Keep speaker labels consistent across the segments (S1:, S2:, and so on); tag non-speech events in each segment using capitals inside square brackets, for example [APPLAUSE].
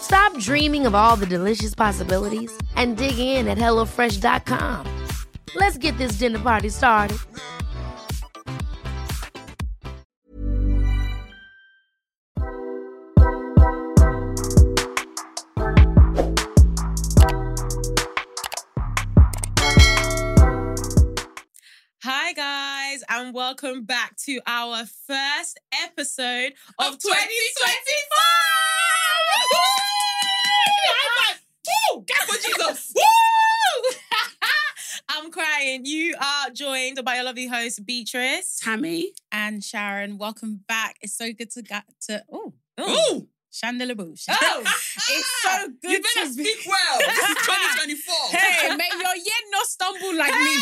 S1: Stop dreaming of all the delicious possibilities and dig in at HelloFresh.com. Let's get this dinner party started.
S2: Hi, guys, and welcome back to our first episode of, 2024. [LAUGHS] Woo! High five. Woo! That's what Jesus. Woo! [LAUGHS] I'm crying. You are joined by your lovely host, Beatrice.
S3: Tammy.
S4: and Sharon. Welcome back. It's so good to get to oh
S2: Ooh!
S4: Chandelier Bush.
S2: [LAUGHS] Oh!
S4: it's so good
S2: You better
S4: to be.
S2: speak well. This is
S4: [LAUGHS]
S2: 2024. [LAUGHS]
S4: Hey, make your year not stumble like me.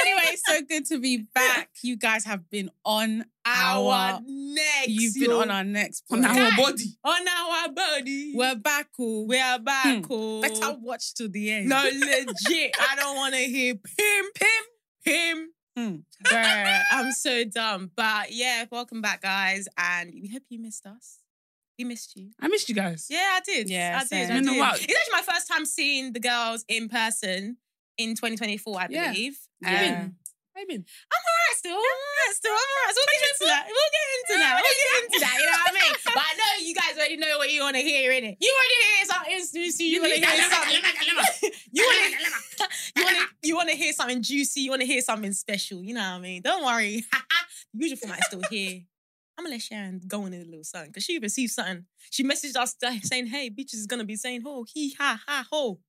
S4: anyway, it's so good to be back. You guys have been on our,
S2: Our next.
S4: you've been on our next
S3: On our
S4: podcast.
S3: body.
S2: on our body.
S4: We're back, oh.
S2: we are back.
S4: Hmm.
S2: Oh.
S4: Better watch to the end.
S2: No, legit. I don't want to hear pim, pim, pim.
S4: Hmm.
S2: Bruh, I'm so dumb. But yeah, welcome back, guys. And we hope you missed us. We missed you.
S3: I missed you guys.
S2: Yeah, I did.
S4: Yeah,
S2: I did.
S4: same.
S2: I
S3: Been
S2: did.
S3: a while.
S2: It's actually my first time seeing the girls in person in 2024, I
S3: Yeah.
S2: believe.
S3: Yeah.
S2: Um,
S3: I mean,
S2: I'm all right still. I'm all right still. I'm all right. So we'll get into that. We'll get into that. We'll get into that. You know what I mean? But I know you guys already know what you want to hear, innit? You want to hear something juicy. You want to hear something. You want
S3: [LAUGHS]
S2: to. You want to. You want to hear something juicy. You want to hear something special. You know what I mean? Don't worry. [LAUGHS] Usual format is still here. I'm gonna let Sharon go in a little something because she received something. She messaged us [LAUGHS] th- saying, "Hey, bitches is gonna be saying ho he ha ha
S3: [LAUGHS]
S2: ho."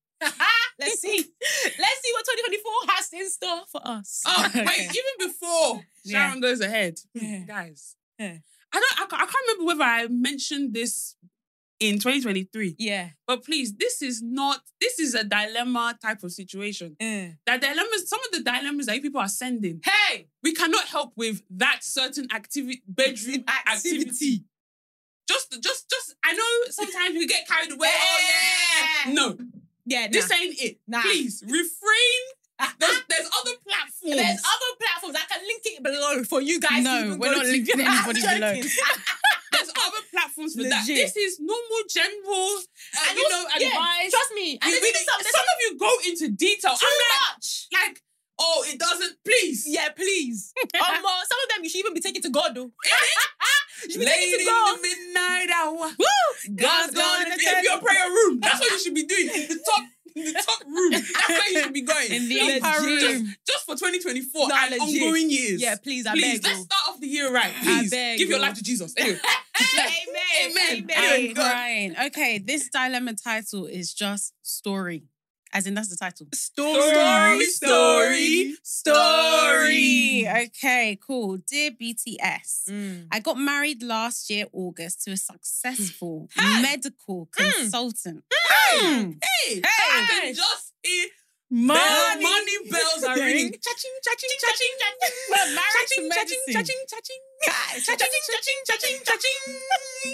S2: Let's see. Let's see what 2024 has in store for us. [LAUGHS]
S3: Oh, wait,
S4: Okay.
S3: even before
S4: Yeah.
S3: Sharon goes ahead, Hmm,
S4: Yeah.
S3: guys.
S4: Yeah.
S3: I don't I, ca- I can't remember whether I mentioned this in 2023,
S2: Yeah.
S3: but please, this is not this is a dilemma type of situation. That dilemmas, some of the dilemmas that you people are sending,
S2: Hey,
S3: we cannot help with that certain activity bedroom activity.
S2: activity.
S3: Just just just I know sometimes we get carried away. Oh yeah.
S2: Yeah.
S3: No,
S2: Yeah,
S3: this ain't it.
S2: Nah.
S3: Please
S2: [LAUGHS]
S3: refrain. There's, there's other platforms.
S2: There's other platforms. I can link it below for you guys.
S4: No,
S2: to even
S4: we're
S2: go
S4: not
S2: to. [LAUGHS]
S4: linking
S2: I'm
S4: anybody below.
S2: joking.
S3: There's other platforms for that.
S2: Legit.
S3: This is normal, general, uh,
S2: [LAUGHS] And
S3: you
S2: also-
S3: know,
S2: yeah,
S3: advice.
S2: Trust me. And
S3: You
S2: there's
S3: really-
S2: even some, there's
S3: some of you go into detail.
S2: too
S3: I'm
S2: much.
S3: like, like, oh, it doesn't. Please,
S2: Yeah,
S3: [LAUGHS]
S2: please. um, uh, some of them you should even be taking to God, though. [LAUGHS] you should be
S3: Late
S2: taking
S3: in
S2: to God.
S3: the midnight hour.
S2: Woo!
S3: God's gonna give you a prayer room. That's what you should be doing. The top, the top room. That's where you should be going.
S4: In the
S3: Just-
S4: upper room.
S3: Just, just for 2024
S2: No,
S3: and
S2: legit.
S3: ongoing years.
S2: Yeah, please, I
S3: please.
S2: beg
S3: Let's
S2: you.
S3: start off the year right. Please
S2: beg
S3: give your
S2: you.
S3: life to Jesus. Anyway,
S2: Amen.
S3: [LAUGHS] Amen.
S4: I'm
S2: Amen.
S3: Amen. God.
S4: crying. Okay, this dilemma title is just story. As in, that's the title.
S3: Story, story, story.
S4: Okay, cool. Dear BTS,
S2: Mm.
S4: I got married last year, August, to a successful
S2: [LAUGHS] Hey. Mm.
S4: medical consultant.
S3: hey, I can just hear
S4: Money.
S3: Bell, money bells are
S4: There
S3: ringing.
S2: Cha-ching,
S4: [LAUGHS]
S2: cha-ching, cha-ching, cha-ching, cha-ching.
S4: But marriage
S2: Cha-ching,
S4: medicine.
S2: cha-ching, cha-ching, cha-ching. Cha-ching, cha-ching, cha-ching, cha-ching.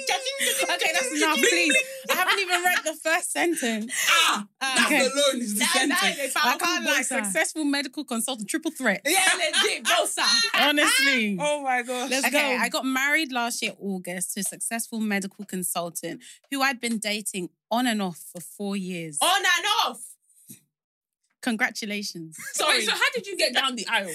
S2: Cha-ching.
S4: Okay,
S2: [LAUGHS]
S4: that's enough, please. I haven't even read the first sentence.
S3: Ah, that's
S4: okay.
S3: alone is the
S2: That-
S3: sentence.
S2: that is a
S4: I
S2: powerful
S4: can't lie.
S2: voice, huh?
S4: Successful medical consultant, triple threat.
S2: Yeah, legit, Bosa. [LAUGHS]
S4: Honestly.
S3: Oh my gosh.
S2: Let's
S4: okay,
S2: go.
S4: I got married last year, August, to a successful medical consultant who I'd been dating on and off for four years.
S2: On and off.
S4: Congratulations.
S2: Sorry.
S3: Wait, so how did you get down the aisle? [LAUGHS]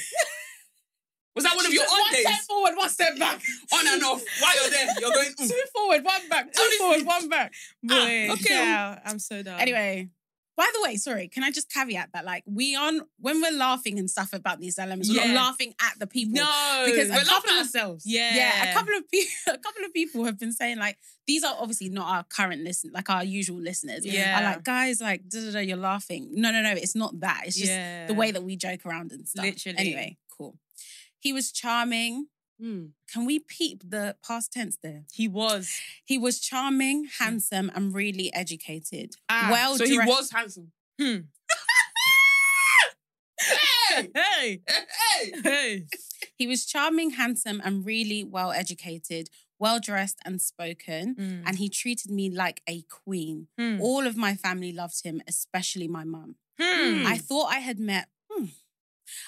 S3: Was that one of
S2: She
S3: your
S2: took
S3: own
S2: one step
S3: days? Oh,
S2: forward, one step
S3: [LAUGHS]
S2: back.
S3: On and off. While you're there, you're going.
S2: [LAUGHS]
S3: "Mm."
S2: Two forward, one back. Two
S3: Honestly.
S2: forward, one
S3: [LAUGHS]
S2: back.
S3: Ah, okay.
S2: Ciao. I'm so down.
S4: Anyway, by the way, sorry, can I just caveat that? Like, we aren't, when we're laughing and stuff about these elements, we're
S3: Yeah.
S4: not laughing at the people.
S2: no,
S4: because a
S3: We're laughing
S4: couple
S3: at
S4: of-
S3: ourselves.
S2: yeah,
S4: Yeah, a couple of people, [LAUGHS] a couple of people have been saying like these are obviously not our current listen, like our usual listeners.
S2: Yeah.
S4: are like guys, like da da da, you're laughing. No, no, no, it's not that. It's just
S2: Yeah.
S4: the way that we joke around and stuff.
S2: Literally.
S4: Anyway, cool. He was charming. Can we peep the past tense there?
S2: Hmm. he was. Hmm.
S4: He was charming, handsome, and really educated.
S2: Ah,
S4: well
S3: So [LAUGHS] he
S4: dressed.
S3: was handsome. [LAUGHS]
S2: Hey, hey,
S3: Hey,
S2: hey.
S4: He was charming, handsome, and really well educated, well dressed and spoken.
S2: Mm.
S4: And he treated me like a queen.
S2: Hmm.
S4: All of my family loved him, especially my mum.
S2: Hmm.
S4: I thought I had met. hmm.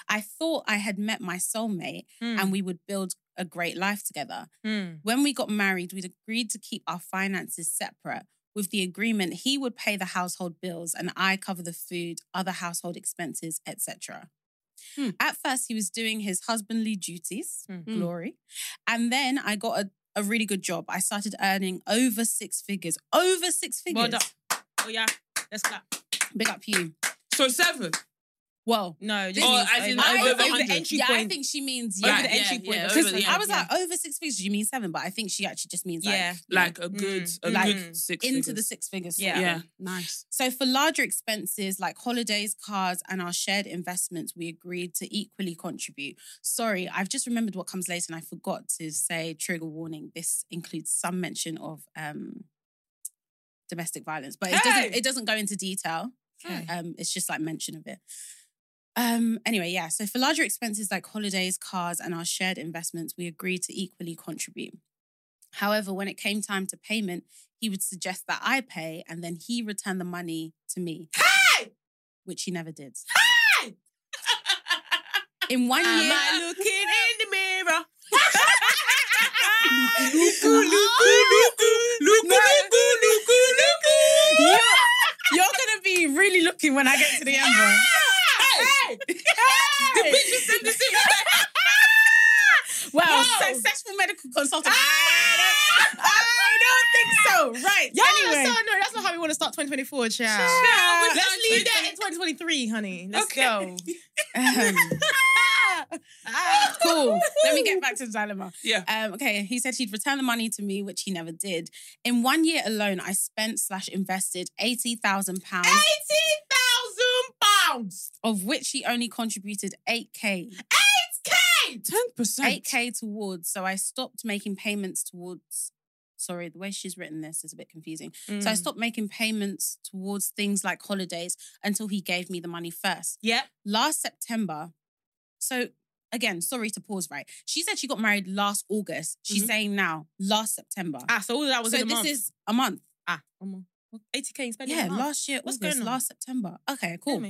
S4: I thought I had met my soulmate
S2: Hmm.
S4: and we would build a great life together. When we got married, we'd agreed to keep our finances separate with the agreement he would pay the household bills and I cover the food, other household expenses, etc.
S2: Hmm.
S4: At first, he was doing his husbandly duties,
S2: Hmm.
S4: glory. And then I got a, a really good job. I started earning over six figures. Over six figures.
S2: Well done. Oh yeah, let's clap.
S4: Big up you.
S3: So seven.
S4: Well,
S2: No,
S4: just
S2: just
S3: means over-
S4: I
S3: over
S4: think
S3: the
S2: entry
S4: yeah, I
S2: point.
S4: think she means
S3: Over
S4: yeah,
S3: the entry
S4: yeah,
S3: point.
S4: yeah,
S3: Over
S4: because
S3: the
S4: I was
S3: entry
S4: like over six figures. You mean seven? But I think she actually just means like
S2: Yeah.
S4: you know,
S3: Hmm. Like a good,
S2: Mm.
S3: a
S4: Like,
S3: good six.
S4: into the
S3: figures.
S4: six figures.
S2: Yeah.
S3: Yeah.
S4: sorry.
S3: nice.
S4: So for larger expenses like holidays, cars, and our shared investments, we agreed to equally contribute. Sorry, I've just remembered what comes later, and I forgot to say trigger warning. This includes some mention of um, domestic violence, but it doesn't.
S3: Hey!
S4: It doesn't go into detail. Um, it's just like mention of it. Um, anyway, yeah. So for larger expenses like holidays, cars, and our shared investments, we agreed to equally contribute. However, when it came time to payment, he would suggest that I pay and then he returned the money to me.
S3: Hey!
S4: Which he never did. [LAUGHS] In one year,
S2: looking in the
S3: [LAUGHS]
S2: mirror?
S4: you're, you're gonna be really looking when I get to the end. bro. [LAUGHS]
S3: Hey! The bitch is in the six.
S4: Well,
S3: Whoa.
S4: successful medical consultant.
S2: I
S4: don't think so. Right.
S2: Yeah,
S4: anyway.
S2: so no, that's not how we want to start 2024, child.
S3: Child, we
S2: Let's
S3: done
S2: leave that in 2023, honey. Let's
S3: Okay.
S2: go.
S4: Um,
S2: Ah.
S4: cool. Let me get back
S3: [LAUGHS]
S4: to the dilemma.
S3: Yeah.
S4: Um, okay, he said he'd return the money to me, which he never did. In one year alone, I spent slash invested eighty thousand pounds,
S2: Eighty thousand pounds.
S4: of which he only contributed eight k,
S2: Eight K.
S3: Ten percent.
S4: eight k towards. So I stopped making payments towards. Sorry, the way she's written this is a bit confusing.
S2: Mm.
S4: So I
S2: Hmm.
S4: stopped making payments towards things like holidays until he gave me the money first.
S2: Yep.
S4: last September. So again, sorry to pause, right? She said she got married last August. She's
S2: Mhm.
S4: saying now, last September.
S2: Ah, so all that was
S4: so
S2: in a
S4: this
S2: month.
S4: is a month.
S2: ah, one more. Eighty K spending.
S4: Yeah, last year,
S2: What's
S4: August,
S2: going on?
S4: last September. Okay, cool.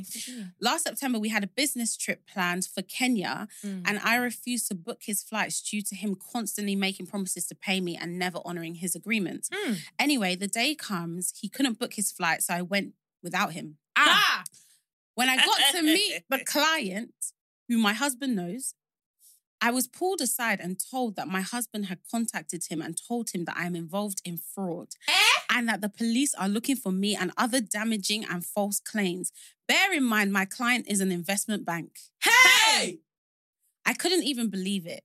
S4: Last September, we had a business trip planned for Kenya,
S2: And
S4: and I refused to book his flights due to him constantly making promises to pay me and never honoring his agreements.
S2: Mm.
S4: Anyway, the day comes, he couldn't book his flight, so I went without him.
S2: ah,
S4: When I got to meet the client, who my husband knows, I was pulled aside and told that my husband had contacted him and told him that I am involved in fraud and that the police are looking for me and other damaging and false claims. Bear in mind, my client is an investment bank.
S3: Hey!
S4: I couldn't even believe it.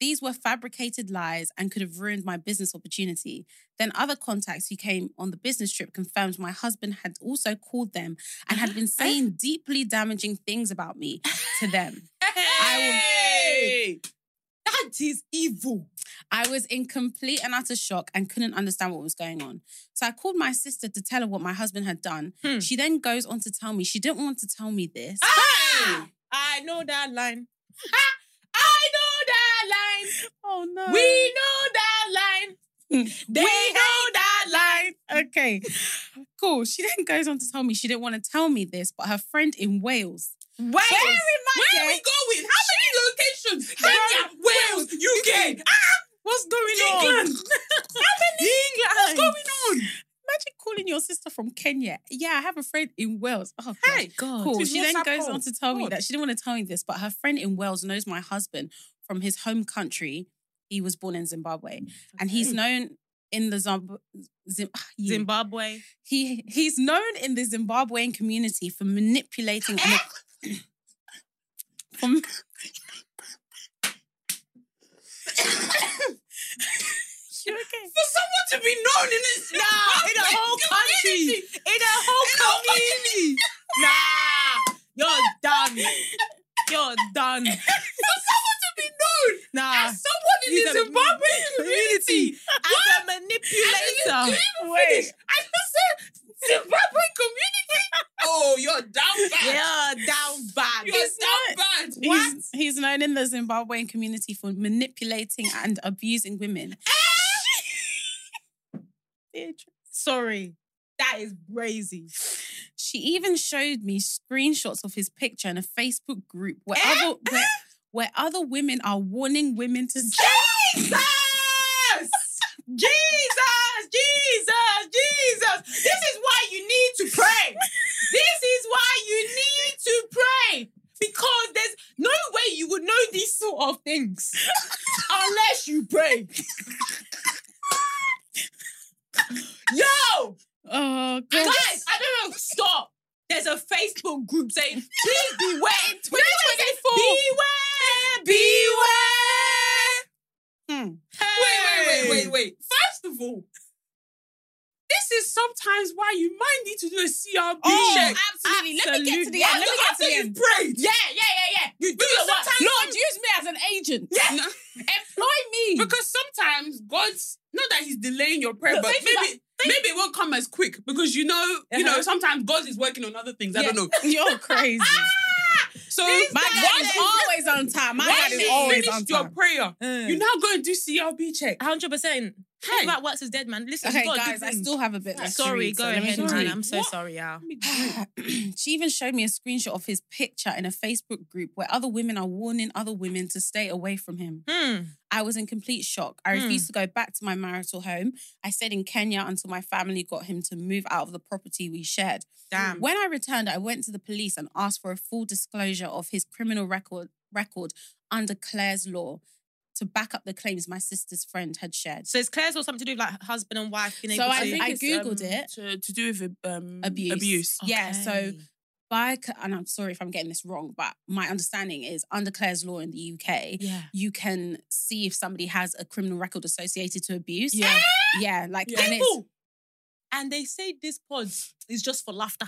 S4: These were fabricated lies and could have ruined my business opportunity. Then other contacts who came on the business trip confirmed my husband had also called them and had [LAUGHS] been saying deeply damaging things about me to [LAUGHS] them.
S3: Hey!
S2: that is evil.
S4: I was in complete and utter shock and couldn't understand what was going on. So I called my sister to tell her what my husband had done.
S2: Hmm.
S4: She then goes on to tell me she didn't want to tell me this.
S2: Ah, I know that line. Ah, I know that line.
S4: Oh no.
S2: We know that line. They know that line.
S4: okay. Cool. She then goes on to tell me she didn't want to tell me this, but her friend in Wales.
S2: Where,
S4: Where
S3: Where are we going? How many locations? Kenya, Wales, UK,
S4: What's going
S3: [LAUGHS] England.
S4: England.
S3: [LAUGHS] What's going on?
S4: Imagine calling your sister from Kenya. Yeah, I have a friend in Wales. Oh, gosh.
S3: God.
S4: cool. She then goes on to tell me that she didn't want to tell me this, but her friend in Wales knows my husband from his home country. He was born in Zimbabwe, and he's known in the Zimb- Zim- ah, yeah.
S2: Zimbabwe.
S4: He he's known in the Zimbabwean community for manipulating. and [COUGHS] for,
S2: You okay?
S3: For someone to be known in this
S2: Nah, in the whole country.
S4: [LAUGHS]
S2: In the whole community. Nah, you're done. You're done.
S3: For someone to be known
S2: Nah.
S3: as someone in
S2: He's
S3: the
S2: a
S3: Zimbabwe community.
S2: As a
S3: I
S2: manipulator.
S3: didn't finish. I just said Zimbabwe community. Oh, you're down bad.
S2: You're down bad.
S3: You're down bad.
S4: he's, he's known in the Zimbabwean community for manipulating and abusing women.
S2: Sorry. That is crazy.
S4: She even showed me screenshots of his picture in a Facebook group where other where, where other women are warning women to
S2: Jesus! Jesus! Jesus! Jesus! This is why you need to pray. This is why you need to pray. Because there's no way you would know these sort of things unless you pray. Yo!
S4: Oh God!
S2: Guys, I don't know. Stop. There's a Facebook group saying, please beware in 2024. Beware! Beware!
S4: Hmm.
S3: Wait, wait, wait, wait, wait. First of all, this is sometimes why you might need to do a CRB
S4: Oh,
S3: check.
S4: absolutely. Let me get to the
S3: Absolutely.
S4: end. Let me get to
S3: After
S4: the
S3: you've
S4: end.
S3: prayed.
S2: Yeah, yeah, yeah, yeah. You do
S3: Because
S2: the work.
S3: sometimes-
S4: Lord, use me as an agent.
S3: No,
S4: Employ me.
S3: because sometimes God's not that He's delaying your prayer,
S4: No,
S3: but
S4: think Uh-huh.
S3: maybe
S4: about-
S3: maybe it won't come as quick because you know you know sometimes God is working on other things. I
S4: [LAUGHS]
S3: don't know.
S4: You're crazy.
S3: So
S4: My
S3: once
S4: God is
S3: you-
S4: always on time. My God
S3: once
S4: is
S3: you
S4: always on
S3: finished your
S4: time.
S3: prayer,
S2: Mm.
S3: you now go and do CRB check.
S2: Hundred percent.
S3: Hey.
S2: Think about works is dead, man. Listen,
S4: Okay,
S2: God,
S4: guys, I still have a bit left. to
S2: sorry.
S4: read,
S2: Go
S4: so let me
S2: ahead,
S4: just
S2: man.
S4: read. [CLEARS THROAT]
S2: I'm so
S3: What?
S2: sorry, y'all.
S4: she even showed me a screenshot of his picture in a Facebook group where other women are warning other women to stay away from him.
S2: Hmm.
S4: I was in complete shock. I
S2: Hmm.
S4: refused to go back to my marital home. I stayed in Kenya until my family got him to move out of the property we shared.
S2: Damn.
S4: When I returned, I went to the police and asked for a full disclosure of his criminal record record under Claire's law to back up the claims my sister's friend had shared.
S2: So is Claire's or something to do with like husband and wife being
S4: So
S2: able
S4: I
S2: to?
S4: think- googled it.
S3: to, to do with um,
S4: Abuse.
S3: Abuse.
S4: Yeah, so by c- and I'm sorry if I'm getting this wrong, but my understanding is under Claire's law in the UK,
S2: yeah,
S4: you can see if somebody has a criminal record associated to abuse.
S2: yeah.
S4: yeah, like
S3: Yeah.
S4: and it's
S2: People, and they say this pod is just for laughter.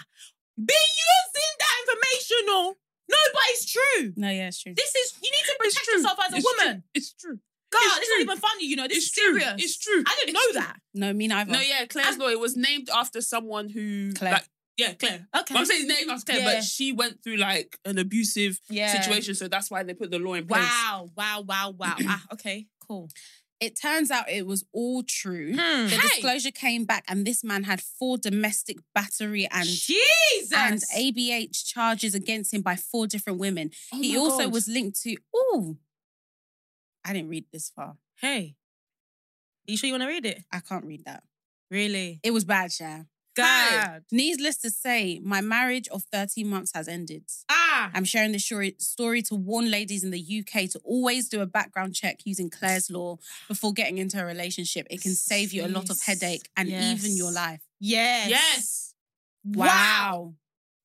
S2: Be using that information, no, no, but it's true.
S4: no, yeah, it's true.
S2: This is you need to protect
S3: true.
S2: yourself as a
S3: It's
S2: woman.
S3: It's true.
S2: God,
S3: It's
S2: this
S3: true.
S2: is not even funny. You know, this
S3: It's
S2: is
S3: true.
S2: serious.
S3: It's true.
S2: I didn't know that.
S4: No, me neither.
S3: No, yeah, Claire's law. It was named after someone who,
S4: Claire.
S3: like, yeah, Claire.
S2: Okay.
S3: But I'm saying his name was Claire,
S2: Yeah.
S3: but she went through like an abusive
S2: Yeah.
S3: situation, so that's why they put the law in place.
S2: Wow, wow, wow, wow. ah, okay, cool.
S4: It turns out it was all true.
S2: Hmm.
S4: The
S3: Hey.
S4: disclosure came back, and this man had four domestic battery and
S2: Jesus.
S4: and ABH charges against him by four different women.
S3: Oh
S4: he
S3: my
S4: also
S3: God.
S4: was linked to. Ooh, I didn't read this far.
S2: Hey, you sure you want to read it?
S4: I can't read that.
S2: Really?
S4: It was bad, yeah.
S2: God.
S4: Needless to say, my marriage of 13 months has ended.
S2: Ah.
S4: I'm sharing this shori- story to warn ladies in the UK to always do a background check using Claire's Law before getting into a relationship. It can save you a lot of
S2: Jeez.
S4: headache and even your
S2: Yes.
S4: life.
S2: Yes.
S3: Yes.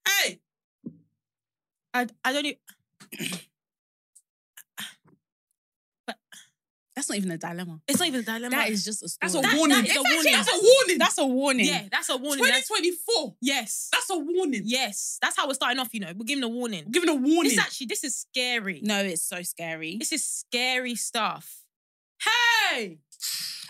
S3: Hey.
S2: I, I don't e, even.
S4: That's not even a dilemma.
S2: It's not even a dilemma.
S4: That is just a story.
S3: That's a
S2: That-
S3: warning.
S2: that is a
S3: Exactly,
S2: warning.
S3: That's a warning.
S4: That's a warning.
S2: Yeah, that's a warning. That's,
S3: 2024.
S2: yes.
S3: That's a warning.
S2: yes. That's how we're starting off, you know. We're giving a warning.
S3: Giving a warning.
S2: This actually, this is scary.
S4: No, it's so scary.
S2: This is scary stuff. Hey!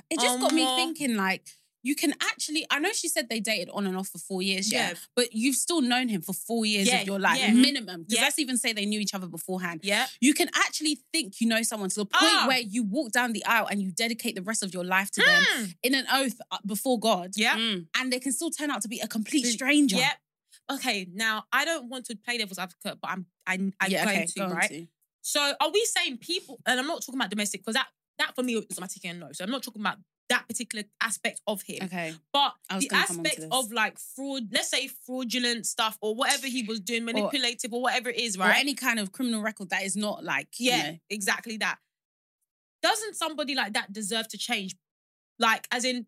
S4: It just
S2: Oh,
S4: got me
S2: more.
S4: thinking like, you can actually, I know she said they dated on and off for four years, yeah,
S2: Yeah.
S4: but you've still known him for four years
S2: Yeah,
S4: of your life, Mm-hmm.
S2: yeah.
S4: minimum. Because
S2: Yeah.
S4: let's even say they knew each other beforehand.
S2: Yeah.
S4: You can actually think you know someone to the point
S2: Oh.
S4: where you walk down the aisle and you dedicate the rest of your life to them in an oath uh, before God.
S2: Yeah.
S4: And they can still turn out to be a complete
S2: Mm.
S4: stranger.
S2: Yep. Okay. Now I don't want to play devil's advocate, but I'm I, I'm going
S4: okay,
S2: to
S4: go on
S2: right.
S4: to.
S2: So are we saying people? And I'm not talking about domestic because that that for me is my ticket and no. So I'm not talking about that particular aspect of him,
S4: Okay.
S2: but
S4: I was
S2: the
S4: gonna come onto
S2: aspect
S4: this.
S2: of like fraud, let's say fraudulent stuff or whatever he was doing, manipulative or, whatever it is,
S4: Or
S2: right?
S4: any kind of criminal record that is not like, you
S2: yeah,
S4: know,
S2: exactly that. Doesn't somebody like that deserve to change? Like, as in,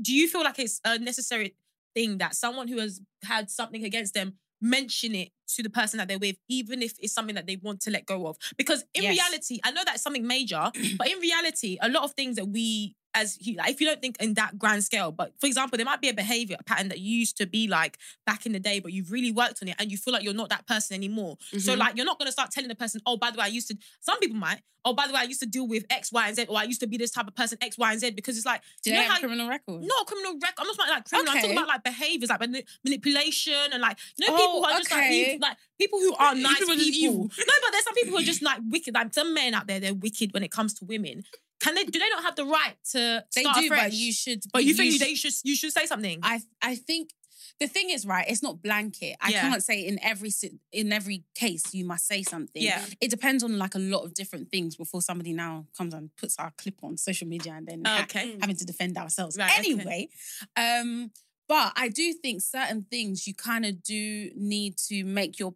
S2: do you feel like it's a necessary thing that someone who has had something against them mention it to the person that they're with, even if it's something that they want to let go of? Because in
S4: Yes.
S2: reality, I know that's something
S4: [CLEARS THROAT]
S2: major, but in reality, a lot of things that we as hu- like, if you don't think in that grand scale, but for example, there might be a behavior pattern that you used to be like back in the day, but you've really worked on it and you feel like you're not that person anymore. So
S4: Mhm.
S2: like you're not gonna start telling the person, oh, by the way, I used to some people might, oh, by the way, I used to deal with X, Y, and Z, or I used to be this type of person, X, Y, and Z, because it's like
S4: do
S2: you
S4: they
S2: know
S4: have
S2: how
S4: a criminal record?
S2: no criminal record. I'm not talking about like criminal. I'm
S4: Okay.
S2: talking about like behaviors, like mani- manipulation, and like you know
S4: Oh,
S2: people who are just like
S4: okay. [LAUGHS]
S2: evil, like people who are
S3: You
S2: nice people.
S3: people are just evil.
S2: No, but there's some people who are just like wicked. Like some men out there, they're wicked when it comes to women. Can they? Do they not have the right to
S4: They
S2: start
S4: do,
S2: fresh?
S4: but you should.
S2: But you think
S4: should-
S2: they should? You should say something.
S4: I I think the thing is right. It's not blanket. I
S2: Yeah.
S4: can't say in every si- in every case you must say something.
S2: Yeah.
S4: it depends on like a lot of different things before somebody now comes and puts our clip on social media and then ha-
S2: Okay.
S4: having to defend ourselves.
S2: Right, okay.
S4: anyway, um, but I do think certain things you kind of do need to make your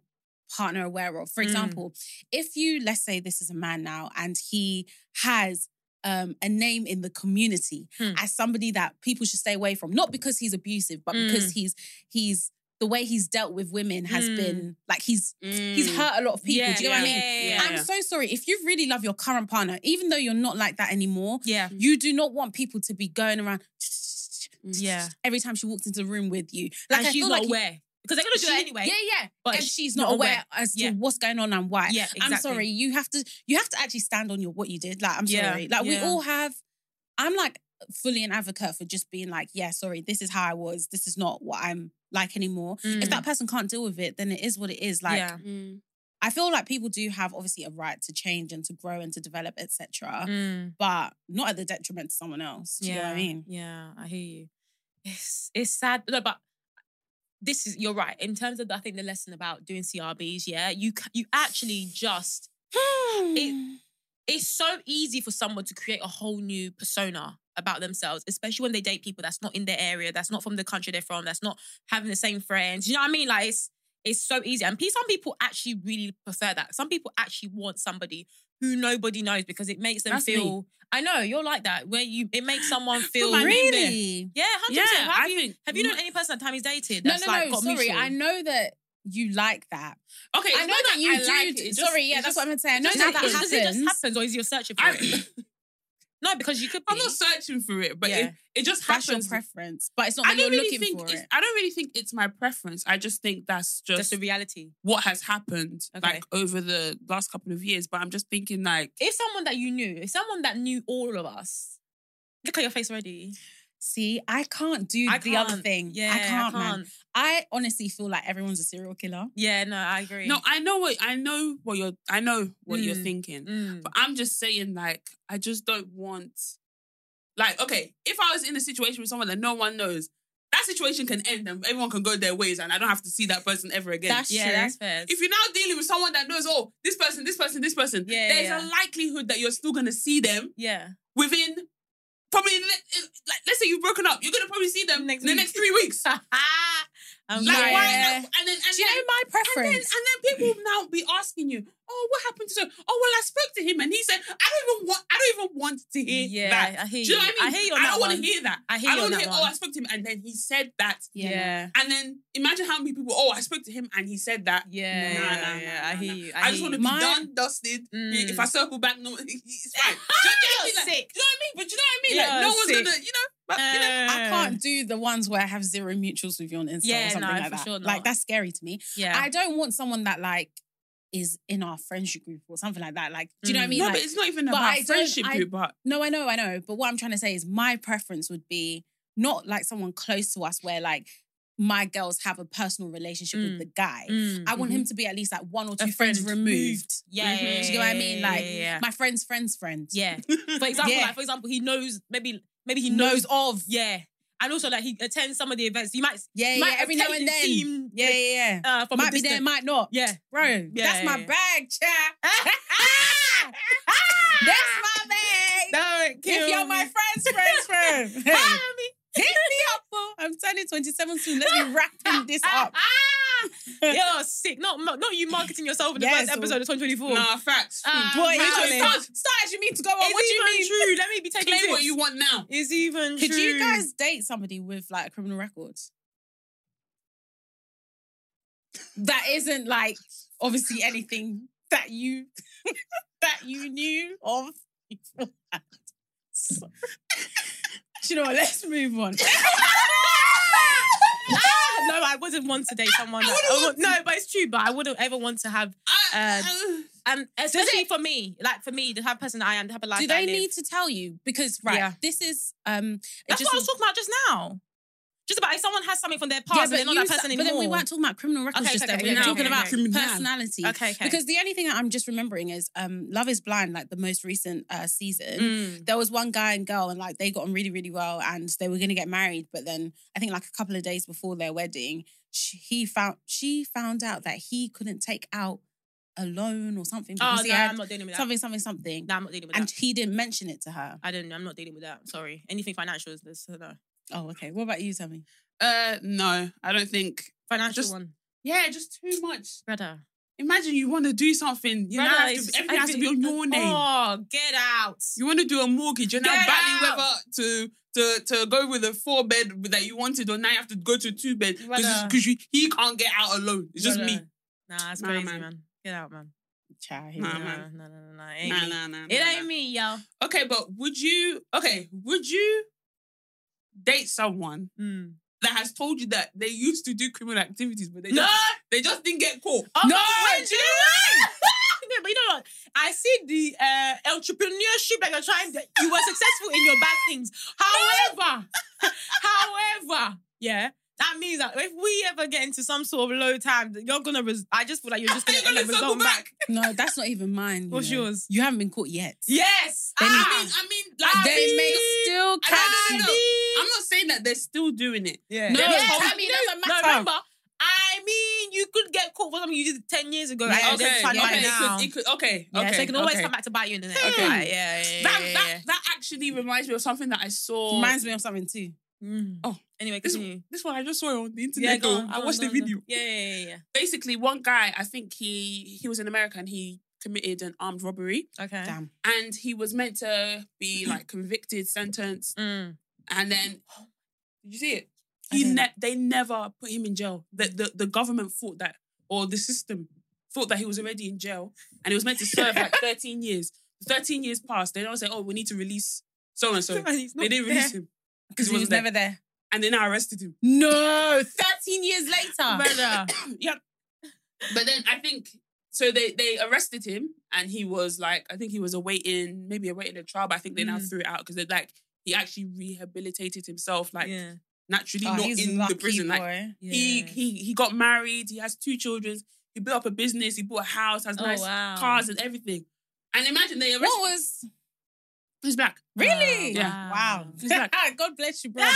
S4: partner aware of. For
S2: Mm.
S4: example, if you let's say this is a man now and he has um, a name in the community
S2: Hmm.
S4: as somebody that people should stay away from, not because he's abusive, but because he's he's the way he's dealt with women has
S2: Mm.
S4: been like he's he's hurt a lot of people.
S2: Hmm. Yeah,
S4: Do you know what I
S2: yeah,
S4: mean?
S2: yeah, yeah,
S4: I'm
S3: yeah.
S4: so sorry. If you really love your current partner, even though you're not like that anymore,
S2: yeah.
S4: you do not want people to be going around
S2: Yeah.
S4: [LAUGHS] every time she walks into the room with you.
S2: and
S4: I
S2: she's
S4: feel
S2: not
S4: like you-
S2: aware because they're gonna do
S4: she-
S2: it anyway.
S4: Yeah, yeah.
S2: But
S4: if
S2: sh-
S4: she's not, aware, as to
S2: Yeah.
S4: what's going on and why.
S2: Yeah,
S4: I'm
S2: exactly.
S4: sorry. You have to you have to actually stand on your what you did. Like I'm
S2: Yeah,
S4: sorry. Like we
S2: yeah.
S4: all have. I'm like fully an advocate for just being like, yeah, sorry, this is how I was. This is not what I'm like anymore.
S2: Mm,
S4: If that person can't deal with it, then it is what it is. Like
S2: yeah.
S4: I feel like people do have obviously a right to change and to grow and to develop, etc.
S2: Mm.
S4: But not at the detriment to someone else. Do
S2: yeah.
S4: you know what I mean?
S2: Yeah, I hear you. It's it's sad, no, but this is you're right in terms of the, I think the lesson about doing CRBs. Yeah, you ca- you actually just
S4: Mm.
S2: It- it's so easy for someone to create a whole new persona about themselves, especially when they date people that's not in their area, that's not from the country they're from, that's not having the same friends. You know what I mean? Like it's it's so easy, and pe- some people actually really prefer that. Some people actually want somebody who nobody knows because it makes them
S3: That's me.
S2: feel. I know you're like that. Where you it makes
S4: [GASPS]
S2: someone feel
S3: my name there.
S4: really?
S2: Yeah, hundred
S3: Yeah,
S2: percent.
S3: I
S2: Have you
S3: think- Mm.
S2: have you known any person that Tammy's dated?
S4: No,
S2: That's
S4: no,
S2: like
S4: no.
S2: got mutual?
S4: Sorry, I know that you like that.
S3: Okay,
S4: I know that you do. d- sorry, yeah, that's what I'm gonna say. I know
S2: Does
S4: that,
S2: it-
S4: that
S2: Does it just
S4: happens.
S2: happen, or is you searching for
S3: I,
S2: it? [COUGHS] no, because you could. Be.
S3: I'm not searching for it, but
S2: Yeah.
S3: it, it just
S4: That's your
S3: happens.
S4: preference, but it's not
S3: I
S4: that
S3: don't
S4: you're
S3: really
S4: looking
S3: think
S4: for
S3: it's,
S4: it.
S3: I don't really think it's my preference. I just think that's
S2: That's
S3: just
S2: the reality.
S3: what has happened
S2: Okay.
S3: like over the last couple of years. But I'm just thinking like
S2: If someone that you knew, if someone that knew all of us, look at your face already.
S4: See, I can't do
S2: I
S4: the other
S2: can't.
S4: thing.
S2: Yeah,
S4: I can't,
S2: I
S4: man. I honestly feel like everyone's a serial killer.
S2: Yeah, no, I agree.
S3: no, I know what I know what you're I know what you're
S2: Mm.
S3: thinking.
S2: Mm.
S3: But I'm just saying, like, I just don't want, like, okay, if I was in a situation with someone that no one knows, that situation can end and everyone can go their ways and I don't have to see that person ever again.
S4: That's
S2: yeah,
S4: true.
S2: that's fair.
S3: If you're now dealing with someone that knows, oh, this person, this person, this person,
S2: Yeah,
S3: there's
S2: yeah.
S3: a likelihood that you're still going to see them
S2: yeah,
S3: within probably, le- like, let's say you've broken up, you're going to probably see them
S2: Next
S3: in the
S2: week.
S3: next
S2: [LAUGHS]
S3: three weeks. like,
S2: I'm
S3: why?
S2: like,
S4: Yeah.
S3: and then, and
S4: Do you
S3: then,
S4: know my
S3: and then,
S4: preference?
S3: and then people now be asking you, "Oh, what happened to so? Oh, well, I spoke to him, and he said, I don't even want, I don't even want to hear
S2: yeah,
S3: that.
S2: I hear
S3: Do
S2: you.
S3: you know what I mean?
S2: hear you on
S3: I
S2: that
S3: don't
S2: one.
S3: want to hear that.
S2: I hear
S3: I
S2: you
S3: don't
S2: on
S3: wanna
S2: that
S3: hear. Oh,
S2: one.
S3: I spoke to him, and then he said that.
S2: Yeah, yeah,
S3: And then imagine how many people. Oh, I spoke to him, and he said that.
S2: yeah,
S3: Nah, nah,
S2: yeah,
S3: nah,
S2: yeah,
S3: nah,
S2: I hear
S3: nah.
S2: you.
S3: I, just
S2: hear
S3: want to
S2: you.
S3: be
S2: [LAUGHS]
S4: My-
S3: done, dusted.
S2: Mm.
S3: If I circle back, no,
S2: [LAUGHS]
S3: [LAUGHS] it's fine. Do you, know what I mean? Like, do you know what I mean? Like,
S2: Yeah,
S3: no one's
S2: sick.
S3: gonna, you know, but, you know.
S4: I can't do the ones where I have zero mutuals with you on Insta
S2: Yeah,
S4: or
S2: no,
S4: something like
S2: for
S4: that.
S2: sure
S4: Like
S2: not.
S4: that's scary to me.
S2: Yeah,
S4: I don't want someone that like is in our friendship group or something like that. Like, do you know what I
S2: Mm.
S4: mean?
S3: No,
S4: Like,
S3: but it's not even
S4: but
S3: about
S4: I don't-
S2: Uh,
S3: friendship
S4: I-
S3: group, but
S4: No, I know, I know. But what I'm trying to say is my preference would be not like someone close to us where like my girls have a personal relationship with
S2: Mm. mm-hmm.
S4: the guy. I want him to be at least like one or
S2: A
S4: two friends
S2: friend.
S4: removed.
S2: Yeah,
S4: Mhm.
S2: yeah,
S4: Do you know what I
S2: yeah,
S4: mean?
S2: yeah,
S4: Like
S2: yeah, yeah.
S4: my friend's friend's friend.
S2: Yeah. [LAUGHS] For example,
S4: Yeah.
S2: like for example, he knows maybe maybe he knows,
S4: Knows of.
S2: yeah, and also like he attends some of the events. You might
S4: Yeah,
S2: might
S4: yeah. Every now and then. yeah,
S2: yeah,
S4: yeah, yeah.
S2: uh, from a
S4: might be there,
S2: distance.
S4: might not. [LAUGHS]
S2: yeah.
S4: Bro, that's my
S2: Mm, yeah. [LAUGHS]
S4: bag, chat. that's my bag.
S2: No, it
S4: if you're my
S2: [LAUGHS]
S4: friend's friend's [LAUGHS] friend. Hit me up, bro. I'm turning 27 soon. Let's be wrapping this up.
S2: Ah, You're sick. Not not you marketing yourself in the
S4: Yes, oh.
S2: first episode of 2024.
S3: Nah, facts.
S2: Ah,
S4: Boy,
S2: man.
S4: you
S3: Claim
S4: just start as you mean to go on.
S2: It's
S4: What do you
S2: even
S4: mean?
S2: true. Let me be taking
S3: Claim what
S2: tips.
S3: you want now.
S2: It's even
S4: Could
S2: true.
S4: you guys date somebody with like a criminal record? That isn't like obviously anything that you [LAUGHS] that you knew of. beforehand. So- Do you know what? Let's move on.
S2: Ah, No, I wouldn't want to date
S4: Ah,
S2: someone. That, I would- no, but it's true. But I wouldn't ever want to have,
S3: I,
S2: um, especially for me, like for me, the type of person I am, the type of life
S4: Do
S2: that I
S4: they
S2: live.
S4: need to tell you? Because right,
S2: Yeah.
S4: this is um. it
S2: That's
S4: just
S2: what I was talking about just now. Just about if someone has something from their
S4: Yeah,
S2: past, and they're not
S4: you
S2: that person
S4: sa-
S2: anymore.
S4: but then we weren't talking about criminal records
S2: Okay,
S4: just
S2: okay,
S4: then.
S2: okay,
S4: We were
S2: okay,
S4: talking
S2: okay,
S4: about
S2: okay.
S4: personality.
S2: Okay, okay.
S4: Because the only thing that I'm just remembering is um, Love is Blind, like the most recent uh, season.
S2: Mm.
S4: There was one guy and girl, and like they got on really, really well, and they were gonna get married. But then I think like a couple of days before their wedding, she, he found she found out that he couldn't take out a loan or something
S2: Oh
S4: because he
S2: no,
S4: had
S2: I'm not dealing with that.
S4: something, something, something,
S2: No, I'm not dealing with
S4: and
S2: that.
S4: he didn't mention it to her.
S2: I don't. I'm not dealing with that. Sorry. Anything financial is this. No.
S4: Oh, okay. What about you, Tammy?
S3: uh, no, I don't think.
S2: Financial
S3: Just-
S2: one,
S3: Yeah, just too much.
S2: brother.
S3: Imagine you want to do something. You
S2: Brother,
S3: now have to-
S2: it's just-
S3: everything has to be on
S2: everything-
S3: your name.
S2: Oh, get out.
S3: You want to do a mortgage. You're now
S2: Get
S3: battling
S2: out.
S3: whether to to to go with a four bed that you wanted, or now you have to go to two bed
S2: Brother.
S3: because he can't get out alone. It's just me.
S2: Brother. Nah, that's
S3: Nah,
S2: crazy,
S3: man.
S2: man. Get out, man.
S4: Child,
S3: Nah,
S2: Nah,
S3: man.
S2: nah, nah, nah, nah. It ain't
S3: Nah,
S2: me.
S3: nah, nah.
S2: It
S3: nah,
S2: ain't
S3: nah.
S2: me, yo.
S3: Okay, but would you? Okay, would you date someone
S2: Mm.
S3: that has told you that they used to do criminal activities, but they
S2: No!
S3: just, they just didn't get caught?
S2: Oh,
S3: no,
S2: but when
S3: do
S2: do [LAUGHS]
S3: you-
S2: you- No, but you know what? I see the uh, entrepreneurship that you're trying. That you were successful in your bad things. However, [LAUGHS] however, yeah, that means that if we ever get into some sort of low time, that you're gonna. Res- I just feel like you're just gonna,
S3: You're gonna
S2: end up
S3: circle
S2: result back.
S3: back.
S4: No, that's not even mine. you
S2: What's
S4: know.
S2: yours?
S4: You haven't been caught yet.
S2: Yes,
S3: I
S2: ah,
S3: mean, I mean, like
S4: They
S3: I
S4: may
S3: mean-
S4: still
S3: I
S4: catch
S3: mean,
S4: you.
S3: no, I'm not saying that they're still doing it.
S2: yeah.
S4: No,
S3: Yes,
S4: I mean, it doesn't matter.
S2: No, remember, I mean, you could get caught for something you did ten years ago.
S3: Okay,
S2: and
S3: okay,
S2: it's fine
S4: yeah,
S2: right
S3: it
S2: now.
S3: could- it could- okay,
S2: Yeah,
S3: okay,
S2: so it can always
S3: okay.
S2: come back to bite you in the neck.
S3: Hmm.
S2: Right, yeah, yeah, yeah,
S3: That,
S2: yeah,
S3: that, that actually reminds me of something that I saw.
S4: Reminds me of something too.
S2: yeah. Mm.
S3: Oh,
S2: anyway,
S3: this,
S2: continue.
S3: this one I just saw on the
S2: Yeah,
S3: internet.
S2: go
S3: though.
S2: on,
S3: I
S2: go on,
S3: watched
S2: go
S3: the
S2: on, go on.
S3: video.
S2: Yeah, yeah, yeah,
S3: Basically, one guy, I think he he was in America and he committed an armed robbery,
S2: yeah. Okay.
S4: Damn.
S3: and he was meant to be like convicted, sentenced,
S2: Mm.
S3: and then did you see it?
S4: I
S3: He
S4: didn't.
S3: ne- they never put him in jail. The, the the government thought that, or the system thought that he was already in jail, and he was meant to serve like thirteen years. Thirteen years passed. They don't say, "Oh, we need to release so and so." They didn't release him
S4: because he was
S3: there.
S4: never there.
S3: and they now arrested him.
S4: No, thirteen years later.
S2: Brother.
S3: yeah. But then I think so they they arrested him and he was like I think he was awaiting maybe awaiting a trial, but I think they now
S2: Mm.
S3: threw it out because they like he actually rehabilitated himself like
S2: yeah. Ah,
S3: naturally not in the prison. Like he he he got married, he has two children, he built up a business, he bought a house, has
S2: Oh,
S3: nice
S2: wow.
S3: cars and everything. And imagine they arrested
S4: what was
S3: he's back.
S4: really?
S2: Yeah. [LAUGHS]
S4: Wow.
S3: He's back.
S4: God bless you, brother.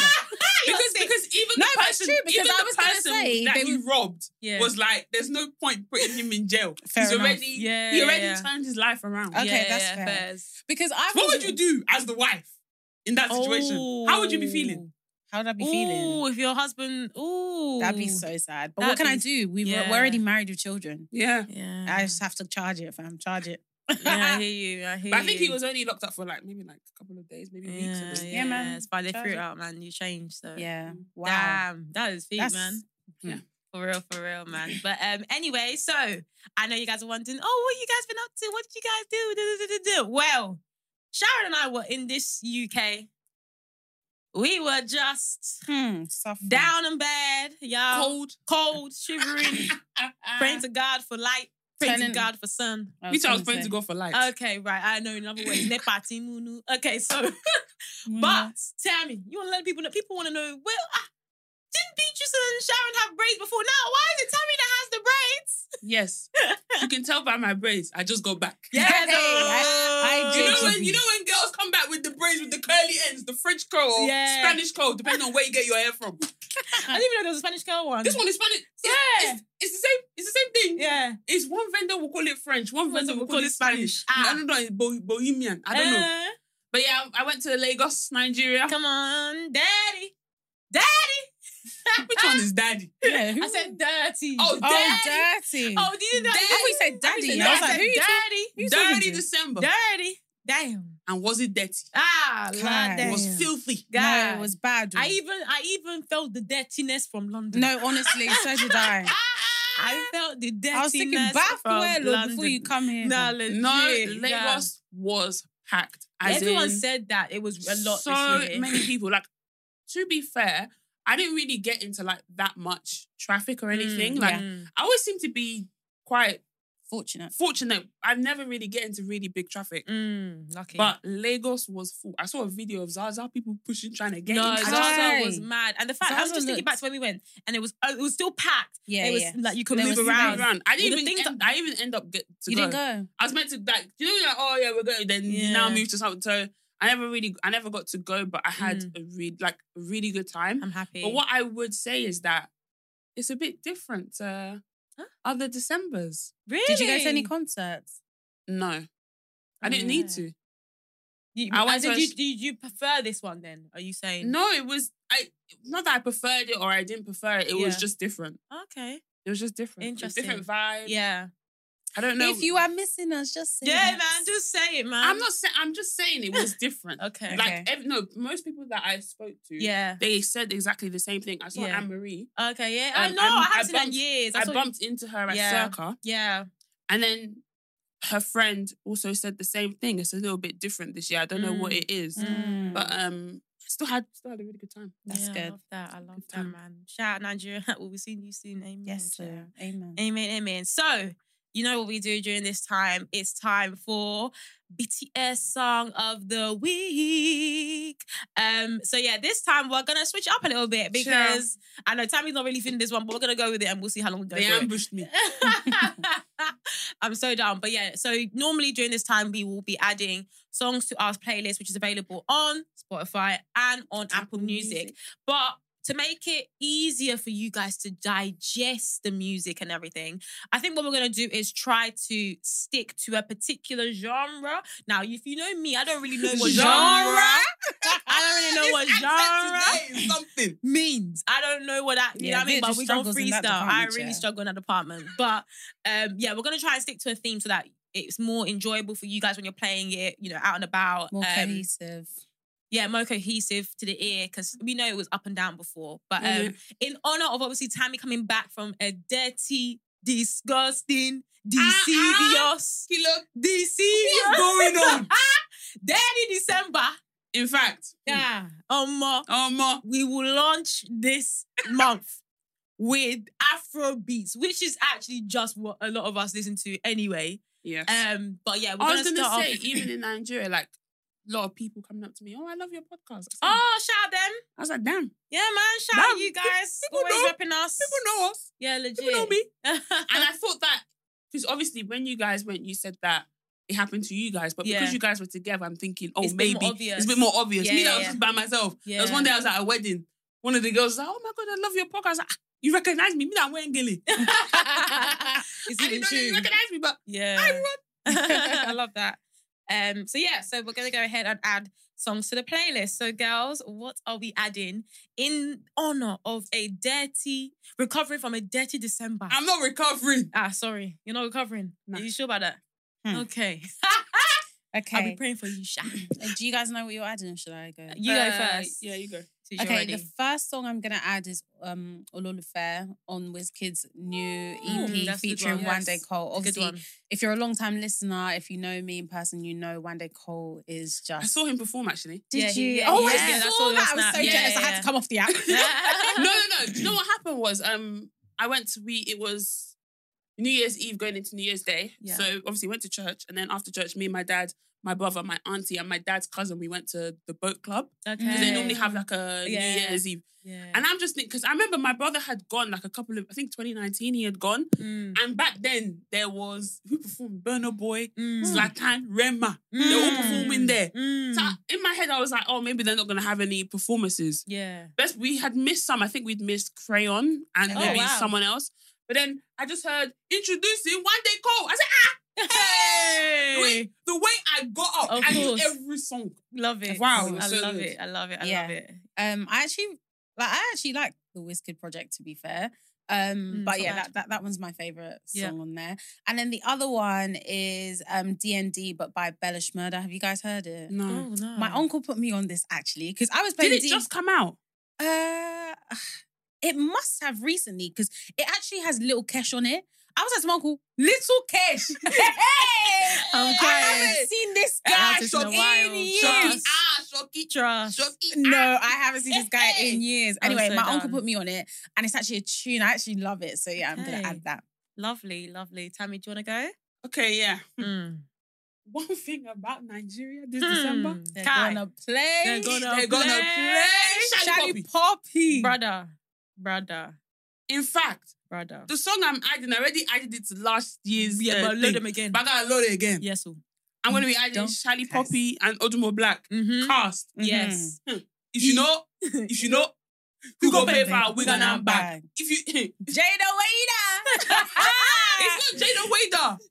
S3: Because because even
S4: No,
S3: the
S4: but it's
S3: person,
S4: true, because
S3: even
S4: I
S3: the
S4: was gonna
S3: person
S4: say
S3: that
S4: they
S3: he
S4: would-
S3: robbed
S2: Yeah.
S3: was like, there's no point putting him in jail.
S4: Fair
S3: He's
S4: enough.
S3: already,
S2: Yeah,
S3: he
S2: yeah,
S3: already
S2: yeah.
S3: turned his life around.
S4: Okay,
S2: yeah,
S4: that's
S2: yeah,
S4: fair.
S2: fairs.
S4: because I.
S3: What would you do as the wife in that situation? How would you be
S4: Oh.
S3: feeling?
S4: How would I be
S2: Ooh,
S4: feeling?
S2: if your husband, ooh,
S4: That'd be so sad. But what
S2: That'd
S4: can I
S2: be-
S4: do? We were,
S2: yeah.
S4: we're already married with children.
S3: Yeah.
S2: Yeah,
S4: I just have to charge it, fam. Charge it. [LAUGHS]
S2: yeah, I hear you. I hear
S3: But I think
S2: you.
S3: he was only locked up for like maybe like a couple of days, maybe weeks.
S2: Yeah,
S3: Or something.
S2: yeah,
S4: man.
S2: man. It's by they
S4: Charge
S2: threw it
S4: it.
S2: out, man. You changed, so
S4: yeah. Wow.
S2: Damn, that is feet,
S4: That's- mm.
S2: man.
S3: Yeah.
S2: For real, for real,
S4: [CLEARS THROAT]
S2: man. But um, anyway, so I know you guys are wondering, oh, what you guys been up to? What did you guys do? Do, do, do, do, do. Well, Sharon and I were in this UK. We were just
S4: Hmm. Suffering.
S2: down in bed, y'all.
S3: Cold.
S4: [COUGHS]
S3: [LAUGHS]
S2: Cold, shivering, praying to God for light Pray to
S4: Turning-
S2: God for son.
S4: I
S3: We
S4: gonna
S3: chose friends
S4: say.
S3: to go for life.
S2: Okay, right. I know another way. Nepati munu. Okay, so
S4: Mm.
S2: but Tammy, you want to let people know. People want to know. Well, ah, didn't Beatrice and Sharon have braids before now? Why is it Tammy that has the
S4: [LAUGHS]
S2: braids?
S3: yes. you can tell by my braids. I just go back.
S4: Hey, I- I
S3: You know
S4: did.
S3: when you know when girls come back with the braids with the curly ends, the French curl, or
S2: Yeah.
S3: Spanish curl, depending on where you get your hair from.
S2: I didn't even know there was a Spanish girl one.
S3: This one is Spanish. It's-
S2: Yeah.
S3: It's, it's the same. It's the same thing.
S2: yeah.
S3: It's one vendor will call it French, one vendor will call, it Spanish.
S2: Ah.
S3: I don't know. It's Bo- Bohemian. I don't know.
S2: Uh,
S3: But yeah, I, I went to Lagos, Nigeria.
S2: Come on, daddy, daddy. [LAUGHS]
S3: Which one is daddy?
S4: Yeah, who-
S2: I said dirty.
S3: Oh,
S4: Oh,
S3: daddy.
S4: dirty.
S2: Oh, did you know?
S4: Daddy. I thought you said daddy.
S2: I,
S3: I
S2: was like,
S3: was like, who you
S2: daddy,
S4: Who's talking to
S3: Dirty
S4: you?
S3: December.
S2: dirty. Damn.
S3: and was it dirty?
S2: Ah,
S4: God.
S2: God,
S3: It was
S4: Damn.
S3: filthy.
S4: no,
S2: God.
S4: it was bad.
S2: I even, I even felt the dirtiness from London.
S4: Mm. no, honestly, so did
S2: [LAUGHS]
S4: I.
S2: I felt the dirtiness.
S4: I was thinking
S2: bath
S4: bath well before you come here.
S2: No, legit,
S3: No,
S2: yeah.
S3: Lagos was packed. as
S2: Everyone
S3: in
S2: said that it was a lot.
S3: So
S2: this year. [LAUGHS]
S3: many people. Like, to be fair, I didn't really get into like that much traffic or anything.
S2: Mm,
S3: like,
S2: yeah.
S3: I always seem to be quite
S4: Fortunate.
S3: fortunate. I never really get into really big traffic.
S2: Mm, lucky.
S3: But Lagos was full. I saw a video of Zaza people pushing, trying to get
S2: no,
S3: in.
S4: it's
S3: I
S4: not-
S3: just-
S2: Zaza
S4: Why?
S2: was mad, and the fact I was
S4: Zaza
S2: just thinking
S4: looked-
S2: back to when we went, and it was uh, it was still packed.
S4: Yeah,
S2: it was
S4: yeah.
S2: like you could
S4: There
S2: move
S4: was
S2: around.
S3: around. I
S2: Well,
S3: didn't
S2: the
S3: even.
S2: things
S3: End, I even end up get to
S4: You
S3: go.
S4: didn't go.
S3: I was meant to like you know like oh yeah we're going then
S2: Yeah.
S3: now move to something. So I never really I never got to go, but I had
S2: Mm.
S3: a really like a really good time.
S2: I'm happy.
S3: But what I would say is that it's a bit different to other Decembers.
S2: really?
S4: Did you go to any concerts?
S3: No, I didn't need
S2: Yeah.
S3: to.
S2: You,
S3: I
S2: I
S3: went to a
S2: did you,
S3: s-
S2: do you prefer this one then? Are you saying
S3: No, it was I. Not that I preferred it or I didn't prefer it. It was
S2: Yeah.
S3: just different.
S2: Okay.
S3: It was just different. It was
S2: Interesting.
S3: different vibe.
S2: Yeah.
S3: I don't know.
S4: If you are missing us, just say
S2: Yeah,
S4: that.
S2: man. Just say it, man.
S3: I'm not saying. I'm just saying it was
S2: [LAUGHS]
S3: different.
S2: Okay.
S3: Like
S4: Okay.
S3: ev- no, most people that I spoke to,
S2: Yeah.
S3: they said exactly the same thing. I saw
S2: Yeah.
S3: Anne Marie.
S2: Okay. Yeah. I
S3: Um,
S2: know.
S3: I'm-
S2: I haven't
S3: I
S2: seen
S3: bumped-
S2: that in years. I,
S3: I
S2: saw-
S3: bumped into her at
S2: Yeah.
S3: Circa,
S2: Yeah.
S3: and then her friend also said the same thing. It's a little bit different this year. I don't know what
S2: Mm.
S3: it is,
S4: Mm.
S3: but um, still had still had a really good time.
S4: That's
S2: yeah, I
S4: good.
S2: love that. I
S3: Good
S2: love that,
S3: time.
S2: man. Shout out Nigeria. [LAUGHS] we'll be seeing you soon. Amen.
S4: Yes,
S2: Sharon.
S4: sir. Amen.
S2: Amen. Amen. So, you know what we do during this time? It's time for BTS song of the week. Um, so yeah, this time we're gonna switch it up a little bit
S3: Sure.
S2: because I know Tammy's not really feeling this one, but we're gonna go with it and we'll see how long we go.
S3: They
S2: for it.
S3: ambushed me.
S2: [LAUGHS] I'm so down. But yeah, so normally during this time, we will be adding songs to our playlist, which is available on Spotify and on Apple Music. But to make it easier for you guys to digest the music and everything, I think what we're going to do is try to stick to a particular genre. Now, if you know me, I don't really
S4: [LAUGHS]
S2: know what genre. I don't really know what genre
S3: something.
S2: means. I don't know what that you know
S4: Yeah,
S2: what I mean,
S4: Beatrice
S2: but we don't
S4: struggles in
S2: freestyle.
S4: that
S2: I
S4: department,
S2: really
S4: yeah.
S2: struggle in that department. But um yeah, we're gonna try and stick to a theme so that it's more enjoyable for you guys when you're playing it, you know, out and about.
S4: More
S2: um,
S4: cohesive.
S2: yeah, more cohesive to the ear because we know it was up and down before. But
S4: Mm-hmm.
S2: um,
S3: Yeah.
S2: in honor of obviously Tammy coming back from a dirty, disgusting,
S3: Uh-uh.
S2: devious,
S3: Kilo.
S2: devious
S3: What's going [LAUGHS] on?
S2: Daddy December.
S3: In fact,
S2: Yeah. Um, uh,
S3: um, uh,
S2: we will launch this month with Afro beats, which is actually just what a lot of us listen to anyway.
S3: yes.
S2: Um, but yeah, we're
S3: I
S2: gonna,
S3: was gonna
S2: start
S3: say, e-
S2: off. [LAUGHS]
S3: even in Nigeria, like a lot of people coming up to me. Oh, I love your podcast. I was like,
S2: Oh, shout out them!
S3: I was like damn,
S2: Yeah, man, shout out
S3: Damn,
S2: you guys.
S3: people
S2: Always
S3: know-
S2: repping us.
S3: people know us.
S2: yeah, legit.
S3: People know me. And I thought that because obviously when you guys went, you said that it happened to you guys, but
S2: Yeah.
S3: because you guys were together, I'm thinking, oh,
S2: It's a bit more
S3: maybe
S2: obvious.
S3: it's a bit more obvious.
S2: Yeah,
S3: Me, that
S2: yeah,
S3: I was
S2: yeah.
S3: just by myself. There was
S2: Yeah.
S3: one day I was at a wedding. One of the girls was like, oh my god, I love your podcast. I was like, "Ah, you recognize me? Me, that I'm
S2: [LAUGHS]
S3: wearing gilly.
S2: [LAUGHS] it's
S3: I
S2: even
S3: didn't know you
S2: true.
S3: recognize me, but
S2: Yeah.
S3: I run.
S2: [LAUGHS]
S3: [LAUGHS]
S2: I love that. Um, so yeah, so we're gonna go ahead and add songs to the playlist. So, girls, what are we adding in honor of a dirty recovering from a dirty December?
S3: I'm not recovering.
S2: ah, sorry, you're not recovering.
S3: Nah.
S2: Are you sure about that?
S4: Hmm.
S2: Okay, [LAUGHS]
S4: Okay.
S2: I'll be praying for you,
S3: [LAUGHS]
S2: Sha.
S4: Uh, Do you guys know what you're adding? Or should I go?
S2: You go
S3: Uh,
S2: first.
S3: Yeah, you go.
S2: since you're
S4: Okay,
S2: ready.
S4: the first song I'm gonna add is um Ololufe on WizKid's new
S2: Ooh,
S4: EP
S2: that's a good
S4: featuring
S2: one.
S4: Wande
S2: Yes.
S4: Cole.
S2: It's a
S4: Obviously,
S2: good [LAUGHS]
S3: [LAUGHS]
S2: one.
S4: if you're a long time listener, if you know me in person, you know Wande Cole is just.
S3: I saw him perform actually. [LAUGHS]
S4: Did
S2: Yeah,
S4: you?
S2: he- yeah,
S4: oh,
S2: he was
S4: I saw
S2: good. I saw your
S4: that. I was
S2: snap.
S4: so
S2: Yeah,
S4: jealous. I
S2: yeah.
S4: had to come off the
S2: [LAUGHS]
S4: app.
S3: no, no, no. Do you know what happened was um I went to we it was New Year's Eve going into New Year's Day.
S4: Yeah.
S3: So obviously went to church, and then after church, me and my dad, my brother, my auntie, and my dad's cousin, we went to the boat club because they
S4: Okay.
S3: normally have like a New
S4: Um, Yeah.
S3: Year's Eve.
S4: Yeah.
S3: And I'm just thinking because I remember my brother had gone like a couple of I think 2019 he had gone,
S4: Mm.
S3: and back then there was who performed Burner Boy,
S4: Mm.
S3: Zlatan, Rema. They were all
S4: Mm.
S3: performing there.
S4: Mm.
S3: So I- in my head, I was like, oh, maybe they're not gonna have any performances.
S4: yeah.
S3: Best we had missed some. I think we'd missed Crayon and
S4: Oh,
S3: maybe
S4: wow.
S3: someone else. But then I just heard introducing one day Cole. I said,
S4: [LAUGHS]
S3: ah, hey! Wait, the way I got up,
S4: Of
S3: I knew
S4: course.
S3: every song.
S4: Love it.
S3: Wow,
S4: I
S3: so
S4: love
S3: good.
S4: it. I love it. I
S5: Yeah.
S4: love it. Um, I actually like. I actually like the Wizkid project. To be fair, um,
S2: Mm,
S4: but
S2: not
S4: yeah,
S2: bad.
S4: that, that that one's my favorite song
S2: Yeah.
S4: on there. And then the other one is um DND, but by Bellish Murder. Have you guys heard it?
S2: Oh,
S3: No.
S2: no.
S4: My uncle put me on this actually because I was playing.
S3: Did it
S4: D-
S3: just come out?
S4: Uh, [SIGHS] it must have recently because it actually has little Kesh on it. I was at my uncle, little Kesh. [LAUGHS] hey,
S2: I'm
S4: I
S2: crying.
S4: haven't seen this guy
S2: That is
S4: for
S2: in a while.
S4: years.
S2: Trust.
S3: Ah, Shoki.
S2: Trust.
S3: Shoki.
S4: No, I haven't seen this guy in years.
S2: I'm
S4: Anyway,
S2: so
S4: my uncle
S2: done.
S4: put me on it, and it's actually a tune. I actually love it. So yeah, I'm
S2: Okay.
S4: gonna add that.
S2: Lovely, lovely. Tammy, do you want [LAUGHS] to
S3: Okay, yeah.
S2: go? Mm.
S3: One thing about Nigeria this December.
S2: Mm.
S4: They're
S2: Kai,
S4: gonna play.
S2: They're gonna
S3: They're gonna play Shaggy Poppy.
S4: Shaggy Poppy.
S2: brother, brother,
S3: In fact,
S2: brother.
S3: the song I'm adding, I already added it to last year's.
S2: yeah,
S3: uh,
S2: but
S3: thing.
S2: load them again.
S3: But I gotta load it again.
S2: Yes. oh.
S3: I'm gonna be adding
S4: Don't Hmm.
S3: Shally
S4: curse.
S3: Poppy and Odumo Black.
S4: Mm-hmm.
S2: Mhm.
S3: Cast. Mm-hmm.
S2: Yes.
S3: If you know, if you know, who go pay for our wig and
S4: I'm
S3: handbag? If you,
S4: [LAUGHS]
S3: [LAUGHS]
S4: Jada Waiter.
S3: it's not Jada Wader,
S4: [LAUGHS]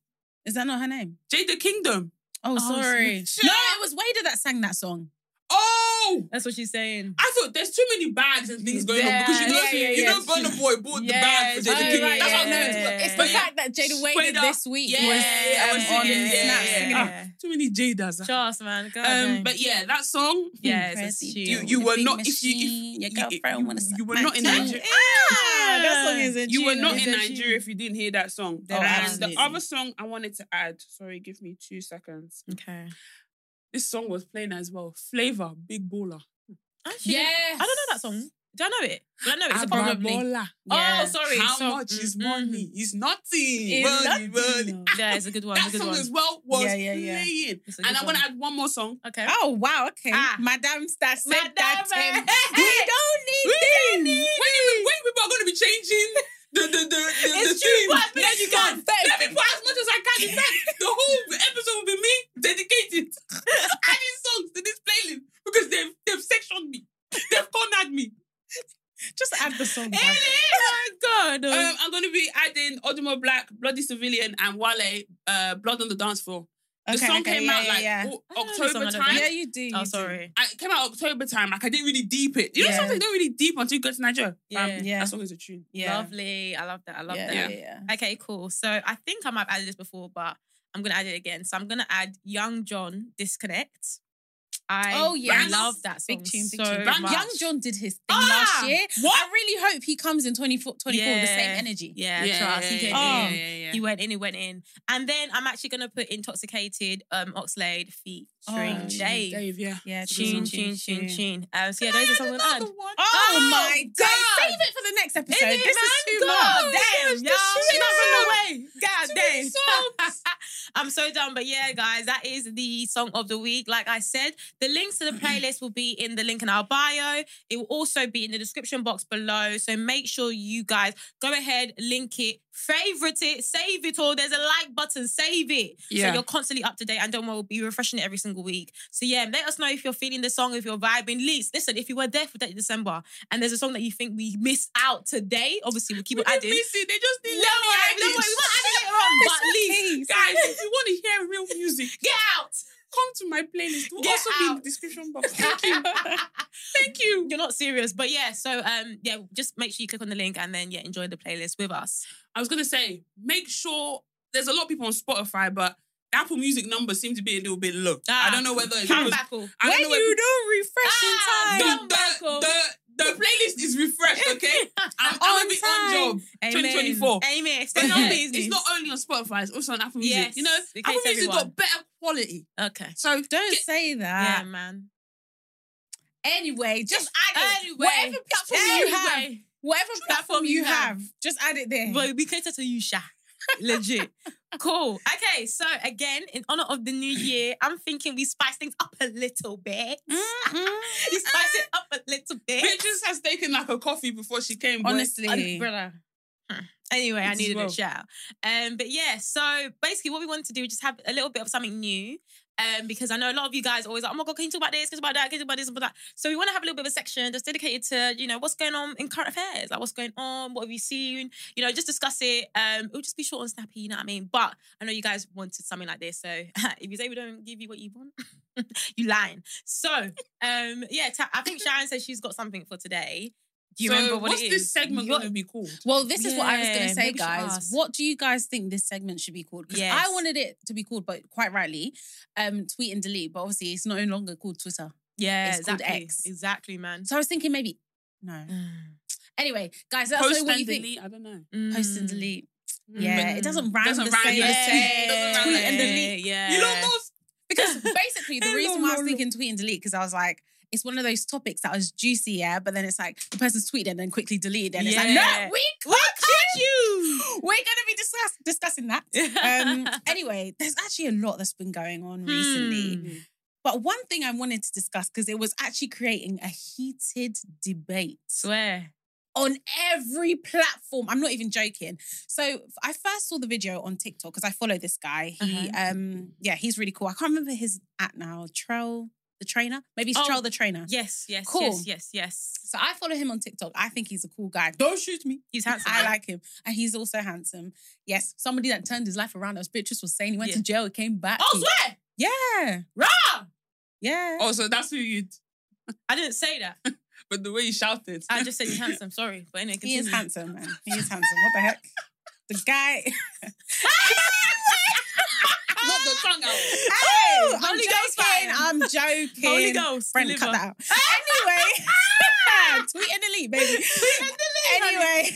S4: Is that not her name?
S3: Jada Kingdom.
S4: Oh,
S2: Oh,
S4: sorry.
S3: snitch.
S4: No, it was Wader that sang that song.
S3: Oh,
S2: That's what she's saying.
S3: I thought there's too many bags and things going on because you know,
S2: Yeah, yeah,
S3: you
S2: yeah,
S3: know, Burna Boy bought the
S2: Yeah,
S3: bag for
S2: yeah,
S3: Jada Kingdom.
S2: right,
S3: That's what I'm
S2: yeah,
S3: going
S2: yeah,
S3: to.
S2: yeah.
S4: It's the
S2: Yeah.
S4: fact that Jada
S3: Waiter.
S4: Waiter this week
S3: Yeah,
S4: was
S3: yeah,
S4: um,
S3: was
S4: on
S3: singing, yeah,
S4: Snap
S3: yeah.
S4: singing
S3: Ah,
S4: it.
S2: [LAUGHS]
S3: too many Jadas.
S2: Trust, man. God,
S3: Um,
S2: dang.
S3: but yeah, that song. hmm,
S2: yeah, it's a
S4: Crazy
S2: stew.
S3: You,
S4: With
S3: you
S4: the
S3: were
S4: big
S3: not if you
S4: machine, your
S3: if you,
S4: girlfriend wanna
S3: you,
S4: suck
S3: you were
S4: my
S3: not in
S4: tongue.
S3: Nigeria.
S4: Ah, that song is a
S3: You were
S4: tune.
S3: not
S4: It's
S3: in
S4: a
S3: Nigeria if you didn't hear that song.
S4: Oh,
S3: and the
S4: absolutely.
S3: other song I wanted to add, sorry, give me two seconds.
S2: okay.
S3: This song was playing as well. Flavor, Big Baller.
S2: Actually, Oh, I don't know that song. Do I know it? Do I know it? It's a probably.
S3: Ababola.
S2: Oh, sorry.
S3: How
S2: so-
S3: much is
S2: mm, mm.
S3: money? It's nothing.
S2: It's
S3: Money, money.
S4: tune.
S2: Yeah, it's a good one.
S3: That
S2: It's a good
S3: song
S2: one.
S3: as well was
S4: Yeah, yeah, yeah.
S3: playing.
S2: It's a good
S3: And I want to
S2: one.
S3: add one more song.
S2: Okay.
S4: Oh wow, okay.
S2: Ah.
S4: Madame Star said
S2: Madame,
S4: that to him.
S2: eh,
S4: [LAUGHS] We don't need
S3: When,
S4: this.
S3: you- when people are going to be
S4: [LAUGHS]
S3: changing the the the, the, the
S4: It's true,
S3: theme
S4: but as much
S3: next
S4: as you can.
S3: month, Let me put as much as I can. In fact, the whole episode will be me
S4: [LAUGHS]
S3: dedicated adding songs to this playlist because they've they've sectioned me. They've cornered me.
S4: [LAUGHS] Just add the song.
S3: It
S4: back.
S3: is.
S2: God. oh.
S3: Um, I'm going to be adding Odumo Black, Bloody Civilian, and Wale, uh, Blood on the Dance Floor. The
S4: Okay,
S3: song
S4: okay,
S3: came
S4: yeah,
S3: out
S4: yeah,
S3: like oh,
S4: yeah. Oh,
S3: o-
S2: I don't know this song, I
S3: October
S2: don't
S3: time.
S2: think.
S4: Yeah, you do.
S2: Oh,
S4: you do.
S2: sorry.
S3: I- it came out October time. Like I didn't really deep it. You know,
S4: Yeah.
S3: sometimes you don't really deep until you go to Nigeria. Fam,
S2: Yeah.
S4: Yeah.
S3: That song is a tune.
S4: Yeah.
S2: Lovely. I love that. I love
S4: yeah,
S2: that.
S4: yeah, yeah.
S2: Okay, cool. So I think I might have added this before, but I'm gonna add it again. So I'm gonna add Young John Disconnect. I
S4: Oh, yes.
S2: love that song
S4: Big tune,
S2: so
S4: big tune.
S2: much.
S4: Young John did his thing
S2: Ah,
S4: last year. I really hope he comes in 24, 24 with the
S2: Yeah.
S4: same energy. Oh,
S2: Yeah, trust. he, came
S4: yeah,
S2: in.
S4: yeah,
S2: he went in. He went in. And then I'm actually gonna put Intoxicated um Oxlade featuring
S4: Oh,
S2: Dave.
S3: yeah.
S4: Yeah,
S2: Tune, tune, tune, tune. Um, so yeah, those are some I'm gonna add.
S3: one.
S4: Oh,
S2: Oh,
S4: my
S2: God.
S4: God. Save it for the next episode.
S2: Is it,
S4: this is
S2: man?
S4: too
S2: God
S4: much.
S2: Oh, Damn,
S4: This
S2: y'all.
S4: is
S2: She's
S4: too
S2: not
S4: much.
S2: running away. God
S4: Too many
S2: damn. I'm so done. But yeah, guys, that is the song of the week. Like I said, the links to the playlist will be in the link in our bio. It will also be in the description box below. So make sure you guys go ahead, link it, favorite it, save it all. There's a like button, save it.
S3: Yeah.
S2: So you're constantly up to date and don't worry, we'll be refreshing it every single week. So yeah, let us know if you're feeling the song, if you're vibing. Least, listen, if you were there for that December and there's a song that you think we missed out today, obviously we'll keep
S3: We
S2: it
S3: didn't
S2: adding.
S3: miss it. They just
S2: No,
S3: didn't let me
S2: worry,
S3: add
S2: no,
S3: it.
S2: worry, we'll add it later on, but least,
S3: Guys, if you want to hear real music,
S2: get out.
S3: come to my playlist. It will
S2: Get
S3: also be in the
S2: out.
S3: description box. Thank you.
S4: [LAUGHS]
S3: Thank you.
S2: [LAUGHS] You're not serious, but yeah. So um, yeah, just make sure you click on the link and then yeah, enjoy the playlist with us.
S3: I was gonna say, make sure there's a lot of people on Spotify, but the Apple Music numbers seem to be a little bit low. I don't know whether it's
S2: come
S3: because-
S2: back all.
S3: I don't know
S4: Ah. When
S3: whether-
S4: you don't refresh
S2: Ah,
S4: in
S2: don't-
S4: time.
S3: the, the,
S2: Michael.
S3: the, the playlist is refreshed,
S4: [LAUGHS]
S3: okay? I'm, I'm
S4: On
S3: gonna be on
S4: time.
S3: job. 2024.
S2: Amen.
S3: But
S2: Extend
S3: no,
S2: your
S3: it's
S2: business.
S3: not only on Spotify, it's also on Apple Music.
S2: Yes,
S3: you know,
S2: we
S3: Apple
S2: cater
S3: Music
S2: everyone.
S3: got better quality.
S2: okay.
S3: So
S4: Don't
S3: get-
S4: say
S2: Yeah,
S4: that.
S2: man.
S4: Anyway, just add it.
S2: Anyway.
S4: Whatever platform you have,
S2: Anyway.
S4: whatever platform you
S2: you have.
S4: have, just add it there.
S2: But we cater to you, Sha. [LAUGHS] Legit. Cool. Okay, so again, in honor of the new year, I'm thinking we spice things up a little bit.
S4: Mm-hmm.
S2: [LAUGHS] you spice it up a little bit.
S3: Bitch just has taken like a coffee before she came. um, boy.
S4: Honestly.
S2: Umbrella. Anyway, I
S3: As
S2: needed
S3: well.
S2: a shout. Um, but yeah, so basically, what we wanted to do is just have a little bit of something new. Um, because I know a lot of you guys are always like, oh my god, can you talk about this? Can you talk about that? Can you talk about this and about that? So we want to have a little bit of a section that's dedicated to you know what's going on in current affairs, like what's going on, what have you seen, you know, just discuss it. Um, it'll just be short and snappy, you know what I mean? But I know you guys wanted something like this, so [LAUGHS] if you say we don't give you what you want, [LAUGHS] you lying. So um, yeah, Ta- I think Sharon says she's got something for today. Do you
S3: So
S2: remember what
S3: what's
S2: it is?
S3: this segment
S2: You got-
S3: going to be called?
S4: Well, this is what I was going
S2: Yeah,
S4: to say,
S2: maybe we should
S4: guys.
S2: ask.
S4: What do you guys think this segment should be called? Because
S2: Yes.
S4: I wanted it to be called, but quite rightly, um, tweet and delete. But obviously, it's no longer called Twitter.
S2: Yeah,
S4: It's called
S2: exactly.
S4: X.
S2: Exactly, man.
S4: So I was thinking maybe no. Anyway, guys, that's
S3: Post
S4: what
S3: and
S4: you think.
S3: delete. Hmm. I don't know.
S4: Post
S2: Mm.
S4: and delete. Yeah,
S2: Mm.
S4: it doesn't rhyme
S3: Doesn't
S4: the
S3: rhyme
S4: same.
S3: the same.
S4: as
S3: Doesn't rhyme
S4: Tweet
S3: the
S4: and
S3: same.
S4: delete.
S2: Yeah.
S3: You know most.
S4: [LAUGHS] Because basically, the
S3: Hello,
S4: reason why I was
S3: Lolo.
S4: thinking tweet and delete because I was like, it's one of those topics that was juicy, yeah, but then it's like the person's tweeted and then quickly deleted, and it's like,
S2: Yeah.
S4: no, we
S2: What could you?
S4: We're going to be discuss- discussing [LAUGHS] that. Um, anyway, there's actually a lot that's been going on recently.
S2: Hmm.
S4: But one thing I wanted to discuss, because it was actually creating a heated debate
S2: Swear.
S4: on every platform. I'm not even joking. So I first saw the video on TikTok because I follow this guy. He, um, yeah, he's really cool. I can't remember his at now. Trell the trainer, maybe it's
S2: Oh,
S4: Trell the trainer.
S2: Yes, yes,
S4: Cool.
S2: yes, yes, yes.
S4: So I follow him on TikTok. I think he's a cool guy. Don't shoot me.
S2: He's handsome.
S4: I like him. And he's also handsome. Yes, somebody that turned his life around, as Beatrice was saying, he went
S2: Yeah.
S4: to jail, he came back.
S2: Oh,
S4: He-
S2: swear.
S4: Yeah.
S2: Rah!
S4: Yeah.
S3: Mm. Oh, so that's who you.
S2: I didn't say that.
S3: [LAUGHS] But the way you shouted.
S2: I just said he's handsome. Sorry. But anyway,
S4: he
S2: continue.
S4: is handsome, man. He is handsome. What the heck? The guy.
S3: [LAUGHS] not
S2: Ah!
S3: the tongue out.
S4: Oh, I'm
S2: Holy
S4: joking.
S2: Ghost fire.
S4: I'm joking.
S2: Holy Ghost.
S4: Brent,
S2: deliver.
S4: cut that out.
S2: [LAUGHS]
S4: Anyway, tweet and delete, baby. Tweet and delete.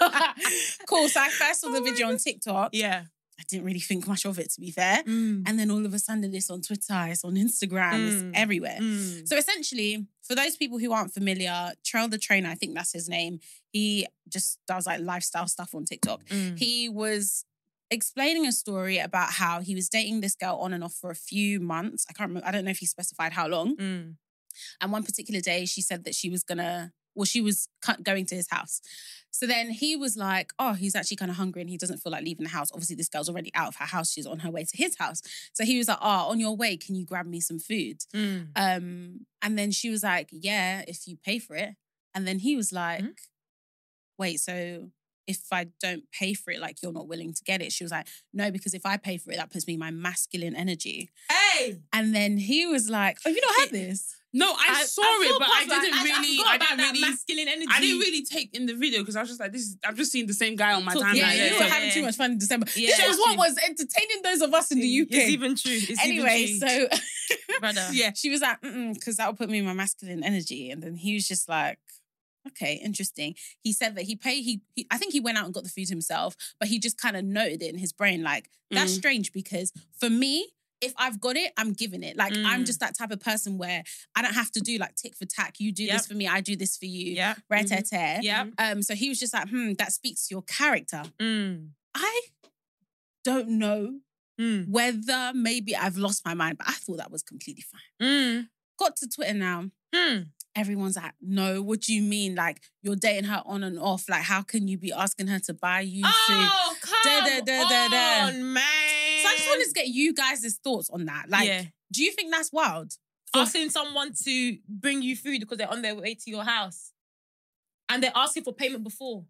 S4: Anyway,
S2: [LAUGHS]
S4: cool. So I first saw the video on TikTok.
S2: Yeah.
S4: I didn't really think much of it, to be fair.
S2: Mm.
S4: And then all of a sudden, it's on Twitter, it's on Instagram,
S2: Mm.
S4: it's everywhere.
S2: Mm.
S4: So essentially, for those people who aren't familiar, Trail the Trainer, I think that's his name. He just does like lifestyle stuff on TikTok.
S2: Mm.
S4: He was explaining a story about how he was dating this girl on and off for a few months. I can't remember. I don't know if he specified how long.
S2: Mm.
S4: And one particular day, she said that she was gonna, well, she was cu- going to his house. So then he was like, oh, he's actually kind of hungry and he doesn't feel like leaving the house. Obviously, this girl's already out of her house. She's on her way to his house. So he was like, oh, on your way, can you grab me some food?
S2: Mm.
S4: Um, and then she was like, "Yeah, if you pay for it." And then he was like, "Wait, so if I don't pay for it, like you're not willing to get it?" She was like, "No, because if I pay for it, that puts me in my masculine energy."
S2: Hey!
S4: And then he was like, "Oh, you don't have this."
S3: No, I, saw it,
S2: feel
S3: but I
S2: bad,
S3: didn't really.
S2: forgot
S3: I
S2: about
S3: didn't
S2: that
S3: really.
S2: masculine energy.
S3: I didn't really take in the video because I was just like, this is. I've just seen the same guy on my timeline.
S4: yeah, you
S2: yeah,
S4: were
S3: So-
S4: having too much fun in December.
S2: Yeah.
S4: this was what was entertaining those of us in the UK.
S2: It's even true. It's
S4: anyway,
S2: even true.
S4: so
S2: brother.
S4: [LAUGHS] yeah, she was like, because that'll put me in my masculine energy. And then he was just like, okay, interesting. He said that he paid, he, he I think he went out and got the food himself, but he just kind of noted it in his brain. Like, that's
S3: Mm.
S4: strange because for me, if I've got it, I'm giving it. Like, I'm
S2: Mm.
S4: just that type of person where I don't have to do like tick for tack. You do this
S2: Yep.
S4: for me, I do this for you.
S2: Yeah.
S4: Rare
S3: Mhm.
S4: tear tear.
S2: Yeah.
S4: Um, so he was just like, hmm, that speaks to your character.
S2: Mm.
S4: I don't know
S2: Mm.
S4: whether maybe I've lost my mind, but I thought that was completely fine.
S2: Mm.
S4: Got to Twitter now
S2: Mm.
S4: everyone's like, no, what do you mean? Like, you're dating her on and off. Like, how can you be asking her to buy you food?
S2: Oh, come
S4: Da, da, da, da, da.
S2: on, man.
S4: So I just wanted to get you guys' thoughts on that. Like,
S2: Yeah.
S4: do you think that's wild?
S2: asking someone to bring you food because they're on their way to your house and they're asking for payment before.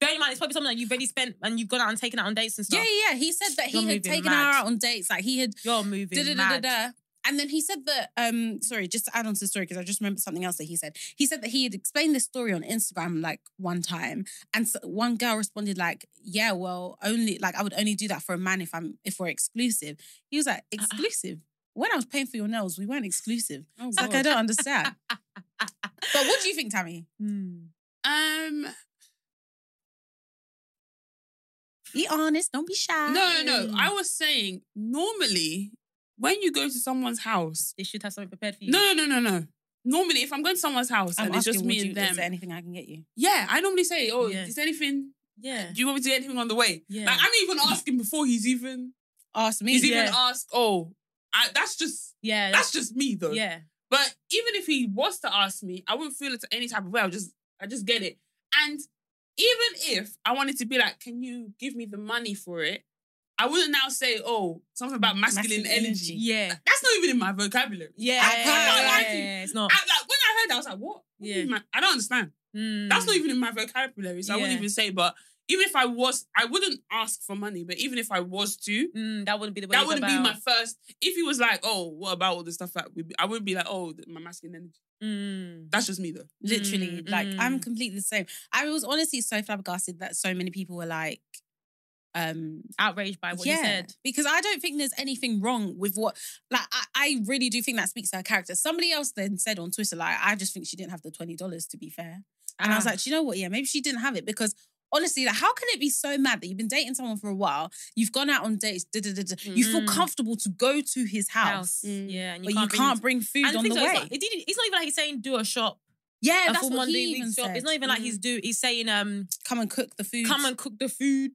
S2: Bear in mind, it's probably something that you've already spent and you've gone out and taken out on dates and stuff.
S4: Yeah, yeah, yeah. He said that he
S2: You're
S4: had
S2: moving
S4: taken
S2: mad.
S4: her out on dates. Like, he had
S2: You're moving. mad.
S4: da-da-da-da-da. And then he said that, um, sorry, just to add on to the story, because I just remembered something else that he said. He said that he had explained this story on Instagram like one time. And so one girl responded, like, yeah, well, only like I would only do that for a man if I'm if we're exclusive. He was like,
S3: Uh-uh.
S4: exclusive? When I was paying for your nails, we weren't exclusive.
S3: Oh,
S4: It's like I
S3: God.
S4: don't understand.
S3: [LAUGHS]
S4: but what do you think, Tammy?
S2: Mm.
S3: Um.
S4: Be honest, don't be
S2: um,
S4: shy.
S3: No, no. I was saying normally when you go to someone's house.
S2: They should have something prepared for you.
S3: No, no, no, no, no. Normally, if I'm going to someone's house
S4: I'm
S3: and it's
S4: asking,
S3: just
S4: would
S3: me
S4: you,
S3: and them,
S4: is there anything I can get you?
S3: yeah, I normally say, "Oh,
S2: Yeah.
S3: is there anything
S2: Yeah.
S3: Do you want me to get anything on the way?
S2: Yeah.
S3: Like I'm even asking before he's even
S4: Ask me.
S3: he's even
S4: Yeah.
S3: asked. Oh, I, that's just
S2: Yeah.
S3: that's just me though.
S2: yeah.
S3: But even if he was to ask me, I wouldn't feel it any type of way. I just I just get it. And even if I wanted to be like, can you give me the money for it? I wouldn't now say, oh, something about masculine,
S4: Masculine
S3: energy.
S4: energy.
S2: Yeah.
S3: That's not even in my vocabulary.
S2: Yeah.
S3: I can't lie to you.
S2: yeah, It's not.
S3: I, like when I heard that, I was like, what? What do you
S2: Yeah.
S3: mean, man? I don't understand.
S2: Mm.
S3: That's not even in my vocabulary, so I
S2: Yeah.
S3: wouldn't even say. But even if I was, I wouldn't ask for money. But even if I was to,
S2: Mm, that wouldn't be the way.
S3: that
S2: it's
S3: wouldn't be
S2: about.
S3: my first. If he was like, oh, what about all the stuff that we? I wouldn't be like, oh, th- my masculine energy.
S2: Mm.
S3: That's just me though.
S4: Literally, like I'm
S2: Mm.
S4: completely the same. I was honestly so flabbergasted that so many people were like, um,
S2: outraged by what you said.
S4: Because I don't think there's anything wrong with what, like, I, I really do think that speaks to her character. Somebody else then said on Twitter, like, I just think she didn't have the $20, to be fair. And I was
S2: Ah.
S4: like, "Do you know what? Yeah, maybe she didn't have it because honestly, like, how can it be so mad that you've been dating someone for a while, you've gone out on dates, da, da, da, da, you feel
S2: Mm.
S4: comfortable to go to his house,
S2: house. Yeah, and
S4: Mm. but you can't bring, food
S2: and
S4: on
S2: the
S4: the
S2: thing is,
S4: way?
S2: It's not, it didn't- it's not even like he's saying do a shop.
S4: yeah,
S2: a
S4: that's
S2: full
S4: what
S2: Monday
S4: he
S2: week
S4: even
S2: shop.
S4: said. Mm.
S2: It's not even like he's do. He's saying um
S4: come and cook the food.
S2: come and cook the food.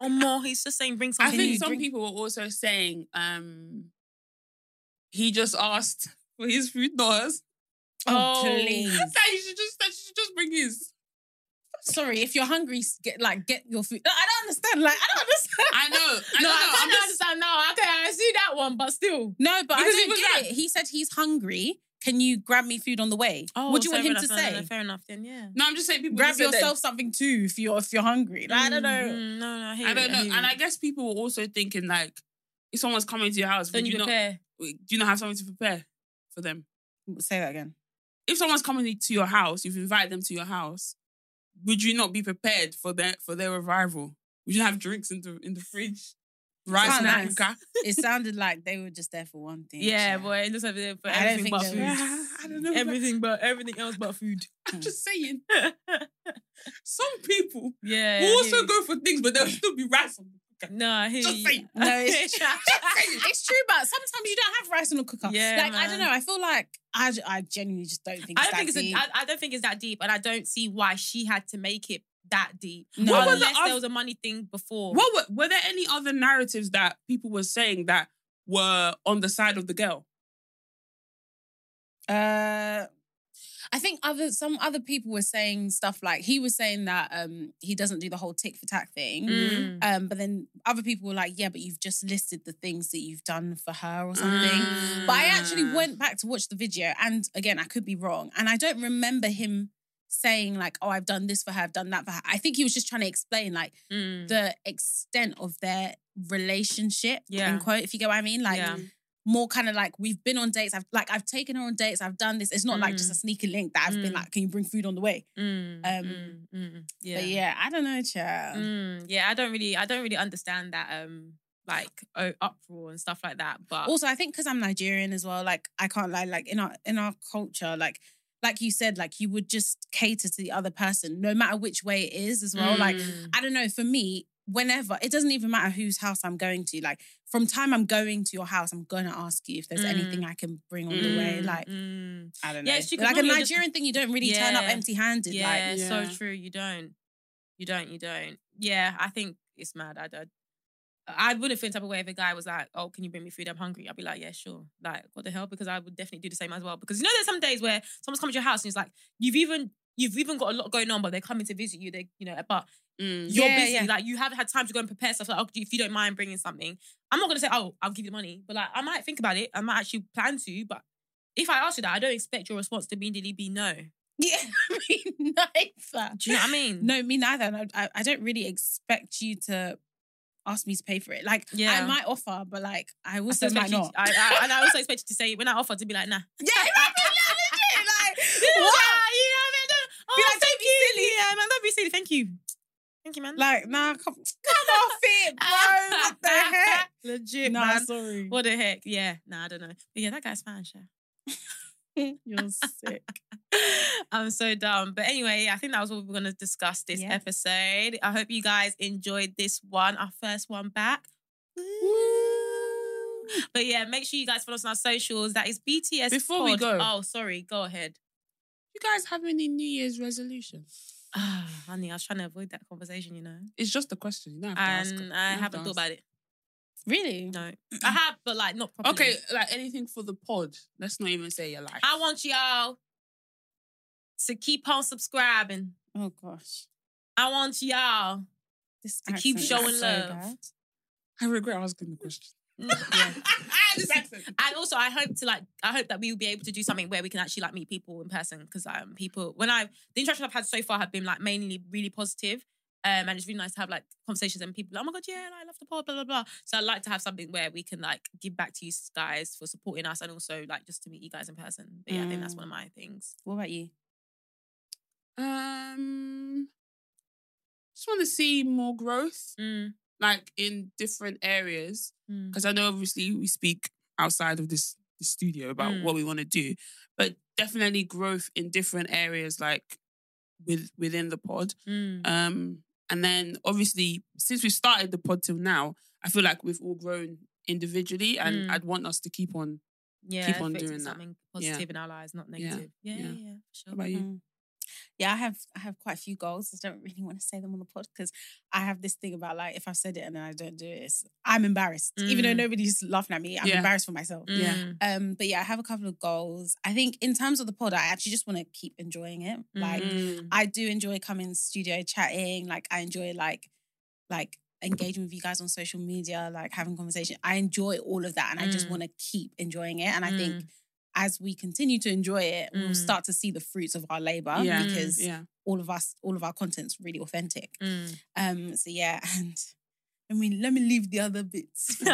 S2: Or more. He's just saying bring
S3: I
S2: something.
S3: think
S4: you
S3: some
S4: drink-
S3: people were also saying um he just asked [LAUGHS] for his food, not hers.
S4: oh,
S2: Oh.
S4: [LAUGHS] please.
S3: That he should just that she should just bring his.
S4: Sorry, if you're hungry, s- get like get your food. No, I don't understand. Like I don't understand.
S3: I
S2: [LAUGHS]
S3: know. I
S2: no,
S3: don't
S4: [LAUGHS]
S3: know.
S2: I
S3: I'm
S2: kind of
S3: just,
S2: understand now. Okay, I see that one, but still.
S4: No, but
S3: Because
S4: I
S3: it
S4: don't
S3: was
S4: get
S3: like-
S4: it. He said he's hungry. Can you grab me food on the way? what do you
S2: fair
S4: want him
S2: enough,
S4: to
S2: no, no,
S4: say?
S2: no, fair enough. Then yeah.
S3: no, I'm just saying people
S4: grab
S3: just said that-
S4: yourself something too if you're if you're hungry. Like, I don't know.
S2: Mm, no, no. I, hear
S3: I don't
S2: it,
S3: know.
S2: hear
S3: And
S2: it.
S3: I guess people were also thinking like, if someone's coming to your house,
S2: Don't
S3: would
S2: you
S3: you not
S2: prepare?
S3: do you not have something to prepare for them?
S4: [LAUGHS] Say that again.
S3: If someone's coming to your house, you've invited them to your house, would you not be prepared for their for their arrival? Would you have drinks in the in the fridge? Rice
S4: Sounds
S3: and
S4: nice.
S3: Africa?
S4: It sounded like they were just there for one thing.
S2: Yeah, boy. It looks like they're for
S4: I don't
S2: everything
S4: think
S2: but
S4: there
S2: food.
S4: is. [LAUGHS]
S3: I don't know. [LAUGHS]
S2: Everything but everything else but food.
S3: I'm just [LAUGHS] saying. Some people
S2: Yeah.
S3: will
S2: I hear
S3: also
S2: you.
S3: go for things, but there'll still be rice on the cooker.
S2: No, I hear
S3: Just
S2: you.
S3: saying.
S4: No,
S2: [LAUGHS]
S4: it's true. it's true, but sometimes you don't have rice in the cooker.
S2: Yeah,
S4: like I
S2: man.
S4: don't know. I feel like I, I genuinely just don't think.
S2: I
S4: It's
S2: don't think it's.
S4: that
S2: A,
S4: deep.
S2: I, I don't think it's that deep, and I don't see why she had to make it uh, that deep.
S4: No.
S3: What was
S2: Unless
S3: the oth-
S2: there was a money thing before.
S3: What were, were there any other narratives that people were saying that were on the side of the girl?
S4: Uh, I think other some other people were saying stuff like he was saying that um he doesn't do the whole tick for tack thing.
S2: Mm.
S4: Um, but then other people were like, yeah, but you've just listed the things that you've done for her or something. But I
S2: Mm.
S4: actually
S3: Ah.
S4: went back to watch the video, and again, I could be wrong, and I don't remember him saying like, "Oh, I've done this for her, I've done that for her." I think he was just trying to explain like
S2: Mm.
S4: the extent of their relationship,
S2: Yeah.
S4: yeah. quote, if you get what I mean, like.
S3: um,
S2: Yeah.
S4: More kind of like we've been on dates. I've like I've taken her on dates. I've done this. It's not like just
S2: Mm.
S4: a sneaky link that I've been
S2: Mm.
S4: like, can you bring food on the way?
S2: Mm.
S4: Um,
S2: mm, mm. Yeah.
S4: But yeah, I don't know, child.
S2: Mm. Yeah. I don't really. I don't really understand that. Um. Like o- uproar and stuff like that. But
S4: Also, I think because I'm Nigerian as well, like I can't lie, like in our in our culture, like like you said, like you would just cater to the other person, no matter which way it is as well. Like
S2: Mm.
S4: I don't know, for me, whenever it doesn't even matter whose house I'm going to, like from time I'm going to your house, I'm gonna ask you if there's
S2: Mm.
S4: anything I can bring on the way.
S2: Mm,
S4: Like
S2: mm.
S4: I don't know.
S2: Yeah, it's true, 'cause
S4: like a
S2: normally you're just-
S4: Nigerian thing, you don't really turn up
S2: Yeah.
S4: empty handed.
S2: yeah,
S4: Like
S3: Yeah.
S2: so true. You don't. You don't. You don't. Yeah, I think it's mad. I don't. I wouldn't feel the type of way if a guy was like, "Oh, can you bring me food? I'm hungry." I'd be like, "Yeah, sure." Like, what the hell? Because I would definitely do the same as well. Because you know, there's some days where someone's come to your house and it's like, "You've even you've even got a lot going on, but they're coming to visit you. They, you know, but mm. you're
S4: Mm, Yeah,
S2: busy.
S4: yeah.
S2: Like, you haven't had time to go and prepare stuff. Like, oh, if you don't mind bringing something, I'm not gonna say, "Oh, I'll give you the money," but like, I might think about it. I might actually plan to. But if I ask you that, I don't expect your response to immediately be no.
S4: [LAUGHS] yeah, me [LAUGHS] neither.
S2: Do you know what I mean?
S4: No, me neither. And I, I, I don't really expect you to ask me to pay for it. Like,
S2: Yeah.
S4: I might offer, but like, I
S2: I
S4: also
S2: still
S4: might
S2: expect
S4: not. [LAUGHS]
S2: You, I, I, and I also expect you to say when I offer to be like, nah.
S4: yeah, imagine
S2: [LAUGHS]
S4: that, legit.
S2: You know,
S4: What?
S2: like, you know what I mean? Don't, oh,
S4: Be like,
S2: thank you. Yeah, man, don't be silly. Thank you. Thank you, man.
S4: Like, like, nah, come, come off it, bro. What
S3: [LAUGHS]
S4: the heck?
S2: [LAUGHS] Legit,
S4: nah,
S2: man.
S4: sorry.
S2: What the heck? Yeah, nah, I don't know. But yeah, that guy's fine, sure. [LAUGHS]
S4: You're sick.
S3: [LAUGHS]
S2: I'm so dumb. But anyway, I think that was what we were going to discuss this
S4: Yeah.
S2: episode. I hope you guys enjoyed this one, our first one back. But yeah, make sure you guys follow us on our socials. That is BTS.
S3: Before we
S2: Pod.
S3: go-
S2: Oh, sorry. Go ahead.
S3: You guys have any New Year's resolutions?
S2: Ah, [SIGHS] honey, I was trying to avoid that conversation, you know.
S3: It's just a question. You don't have to ask.
S2: And
S3: it.
S2: I
S3: You don't
S2: haven't
S3: have
S2: thought
S3: to
S2: about it.
S4: Really?
S2: No, I have, but like not
S3: ask.
S2: properly.
S3: Okay, like anything for the pod. Let's not even say your life.
S2: I want y'all to keep on subscribing.
S4: Oh gosh.
S2: I want y'all.
S4: This
S2: To keep
S4: accent is
S2: showing
S4: so
S2: love. [LAUGHS]
S4: bad.
S3: I regret asking the question.
S2: This accent. and also, I hope to like. I hope that we will be able to do something where we can actually like meet people in person because um, people when I the interactions I've had so far have been like mainly really positive, um, and it's really nice to have like conversations and people. Like, oh my god, yeah, I love the pod, blah blah blah. So I would like to have something where we can like give back to you guys for supporting us and also like just to meet you guys in person. But yeah, I think that's
S3: Mm.
S2: one of my things.
S4: What about you?
S3: Um, just want to see more growth,
S2: Mm,
S3: like in different areas,
S2: mm.
S3: because I know obviously we speak outside of this, this studio about
S2: Mm.
S3: what we want to do, but definitely growth in different areas, like with within the pod.
S2: Mm.
S3: Um, and then obviously, since we started the pod till now, I feel like we've all grown individually, and
S2: Mm.
S3: I'd want us to keep on.
S2: yeah,
S3: keep on
S2: for it to be
S3: doing that.
S2: Something
S3: Yeah.
S2: positive in our lives, not
S3: Yeah,
S2: negative. Yeah, yeah,
S3: yeah.
S2: yeah, for
S3: How
S2: sure.
S3: about you?
S4: Mm. Yeah, I have I have quite a few goals. I don't really want to say them on the pod because I have this thing about like if I've said it and then I don't do it, it's, I'm embarrassed. Even though
S2: Mm.
S4: nobody's laughing at me, I'm
S3: Yeah.
S4: embarrassed for myself.
S3: Yeah.
S2: Mm,
S4: Um, but yeah, I have a couple of goals. I think in terms of the pod, I actually just want to keep enjoying it. Like
S3: Mm.
S4: I do enjoy coming to studio chatting. Like I enjoy like like engaging with you guys on social media, like having conversation. I enjoy all of that, and I just
S2: Mm.
S4: want to keep enjoying it. And I think as we continue to enjoy it, we'll
S2: Mm.
S4: start to see the fruits of our labor
S3: Yeah.
S4: because
S3: Yeah,
S4: all of us, all of our content's really authentic.
S2: mm.
S4: Um, so yeah, [LAUGHS] and I mean, let me leave the other
S2: [LAUGHS]
S4: bits. for-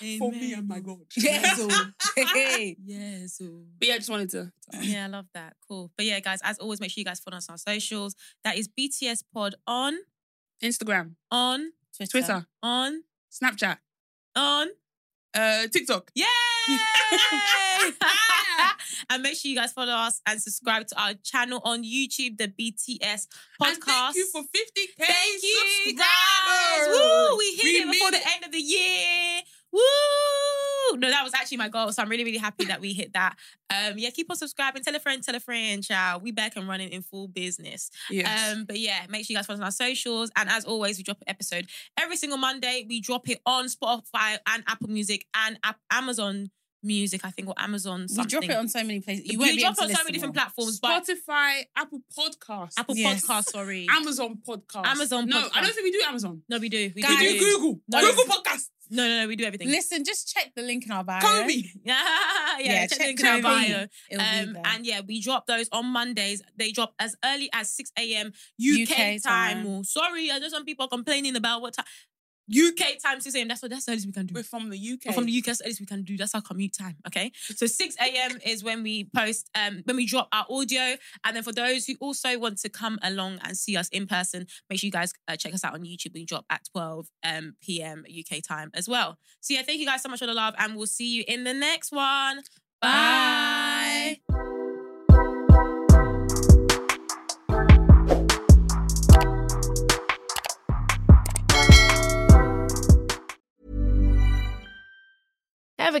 S2: Mm. Amen. oh.
S3: God. [LAUGHS]
S4: yeah, so
S2: [LAUGHS]
S4: hey.
S2: Yeah, so.
S3: But yeah, I just wanted to.
S2: Yeah, I love that. Cool. But yeah, guys, as always, make sure you guys follow us on our socials. That is BTS Pod on,
S3: Instagram,
S2: on,
S4: Twitter.
S3: Twitter,
S2: on,
S3: Snapchat,
S2: on.
S3: uh, TikTok. [LAUGHS]
S2: Yay! Ah! and make sure you guys follow us and subscribe to our channel on YouTube, the BTS Podcast.
S3: And thank you for 50k
S2: Thank you, guys.
S3: subscribers.
S2: Woo! We hit
S3: We
S2: it before
S3: made
S2: the end of the year. Woo! No, that was actually my goal, so I'm really, really happy that we hit that. Um, yeah, keep on subscribing. Tell a friend, tell a friend, child. We back and running in full business.
S3: Yes.
S2: Um, but yeah, make sure you guys follow us on our socials. And as always, we drop an episode every single Monday. We drop it on Spotify and Apple Music and Ap- Amazon Music, I think, or Amazon
S4: We
S2: something.
S4: drop it on so many places. You
S2: You
S4: won't be
S2: drop
S4: able
S2: on
S4: to
S2: so
S4: listen
S2: many different
S4: all.
S2: platforms, but
S3: Spotify, Apple Podcasts,
S2: Apple
S4: Yes.
S2: Podcast, sorry.
S3: Amazon Podcasts.
S2: Amazon
S3: No, I
S2: Podcasts.
S3: don't think we do Amazon.
S2: no, we do. We
S3: We
S4: Guys.
S2: do.
S3: do Google.
S2: No.
S3: Google Podcasts.
S2: No, no, no, we do everything.
S4: Listen, just check the link in our bio.
S3: Call me.
S2: yeah, [LAUGHS] yeah, check the link in our
S4: Kobe.
S2: bio.
S4: It'll be
S2: Um,
S4: there.
S2: and yeah, we drop those on Mondays. They drop as early as 6 a.m. UK,
S4: UK
S2: time.
S4: time.
S2: Oh, Sorry, I know some people are complaining about what time. UK time 6 a.m. That's what that's the earliest we can do.
S3: We're from the UK.
S2: We're from the UK, that's the earliest we can do. That's our commute time. Okay. So 6 a.m. is when we post, um, when we drop our audio. And then for those who also want to come along and see us in person, make sure you guys uh, check us out on YouTube. We drop at 12 um, p.m. UK time as well. So yeah, thank you guys so much for the love, and we'll see you in the next one. Bye.
S4: Bye.
S1: Ever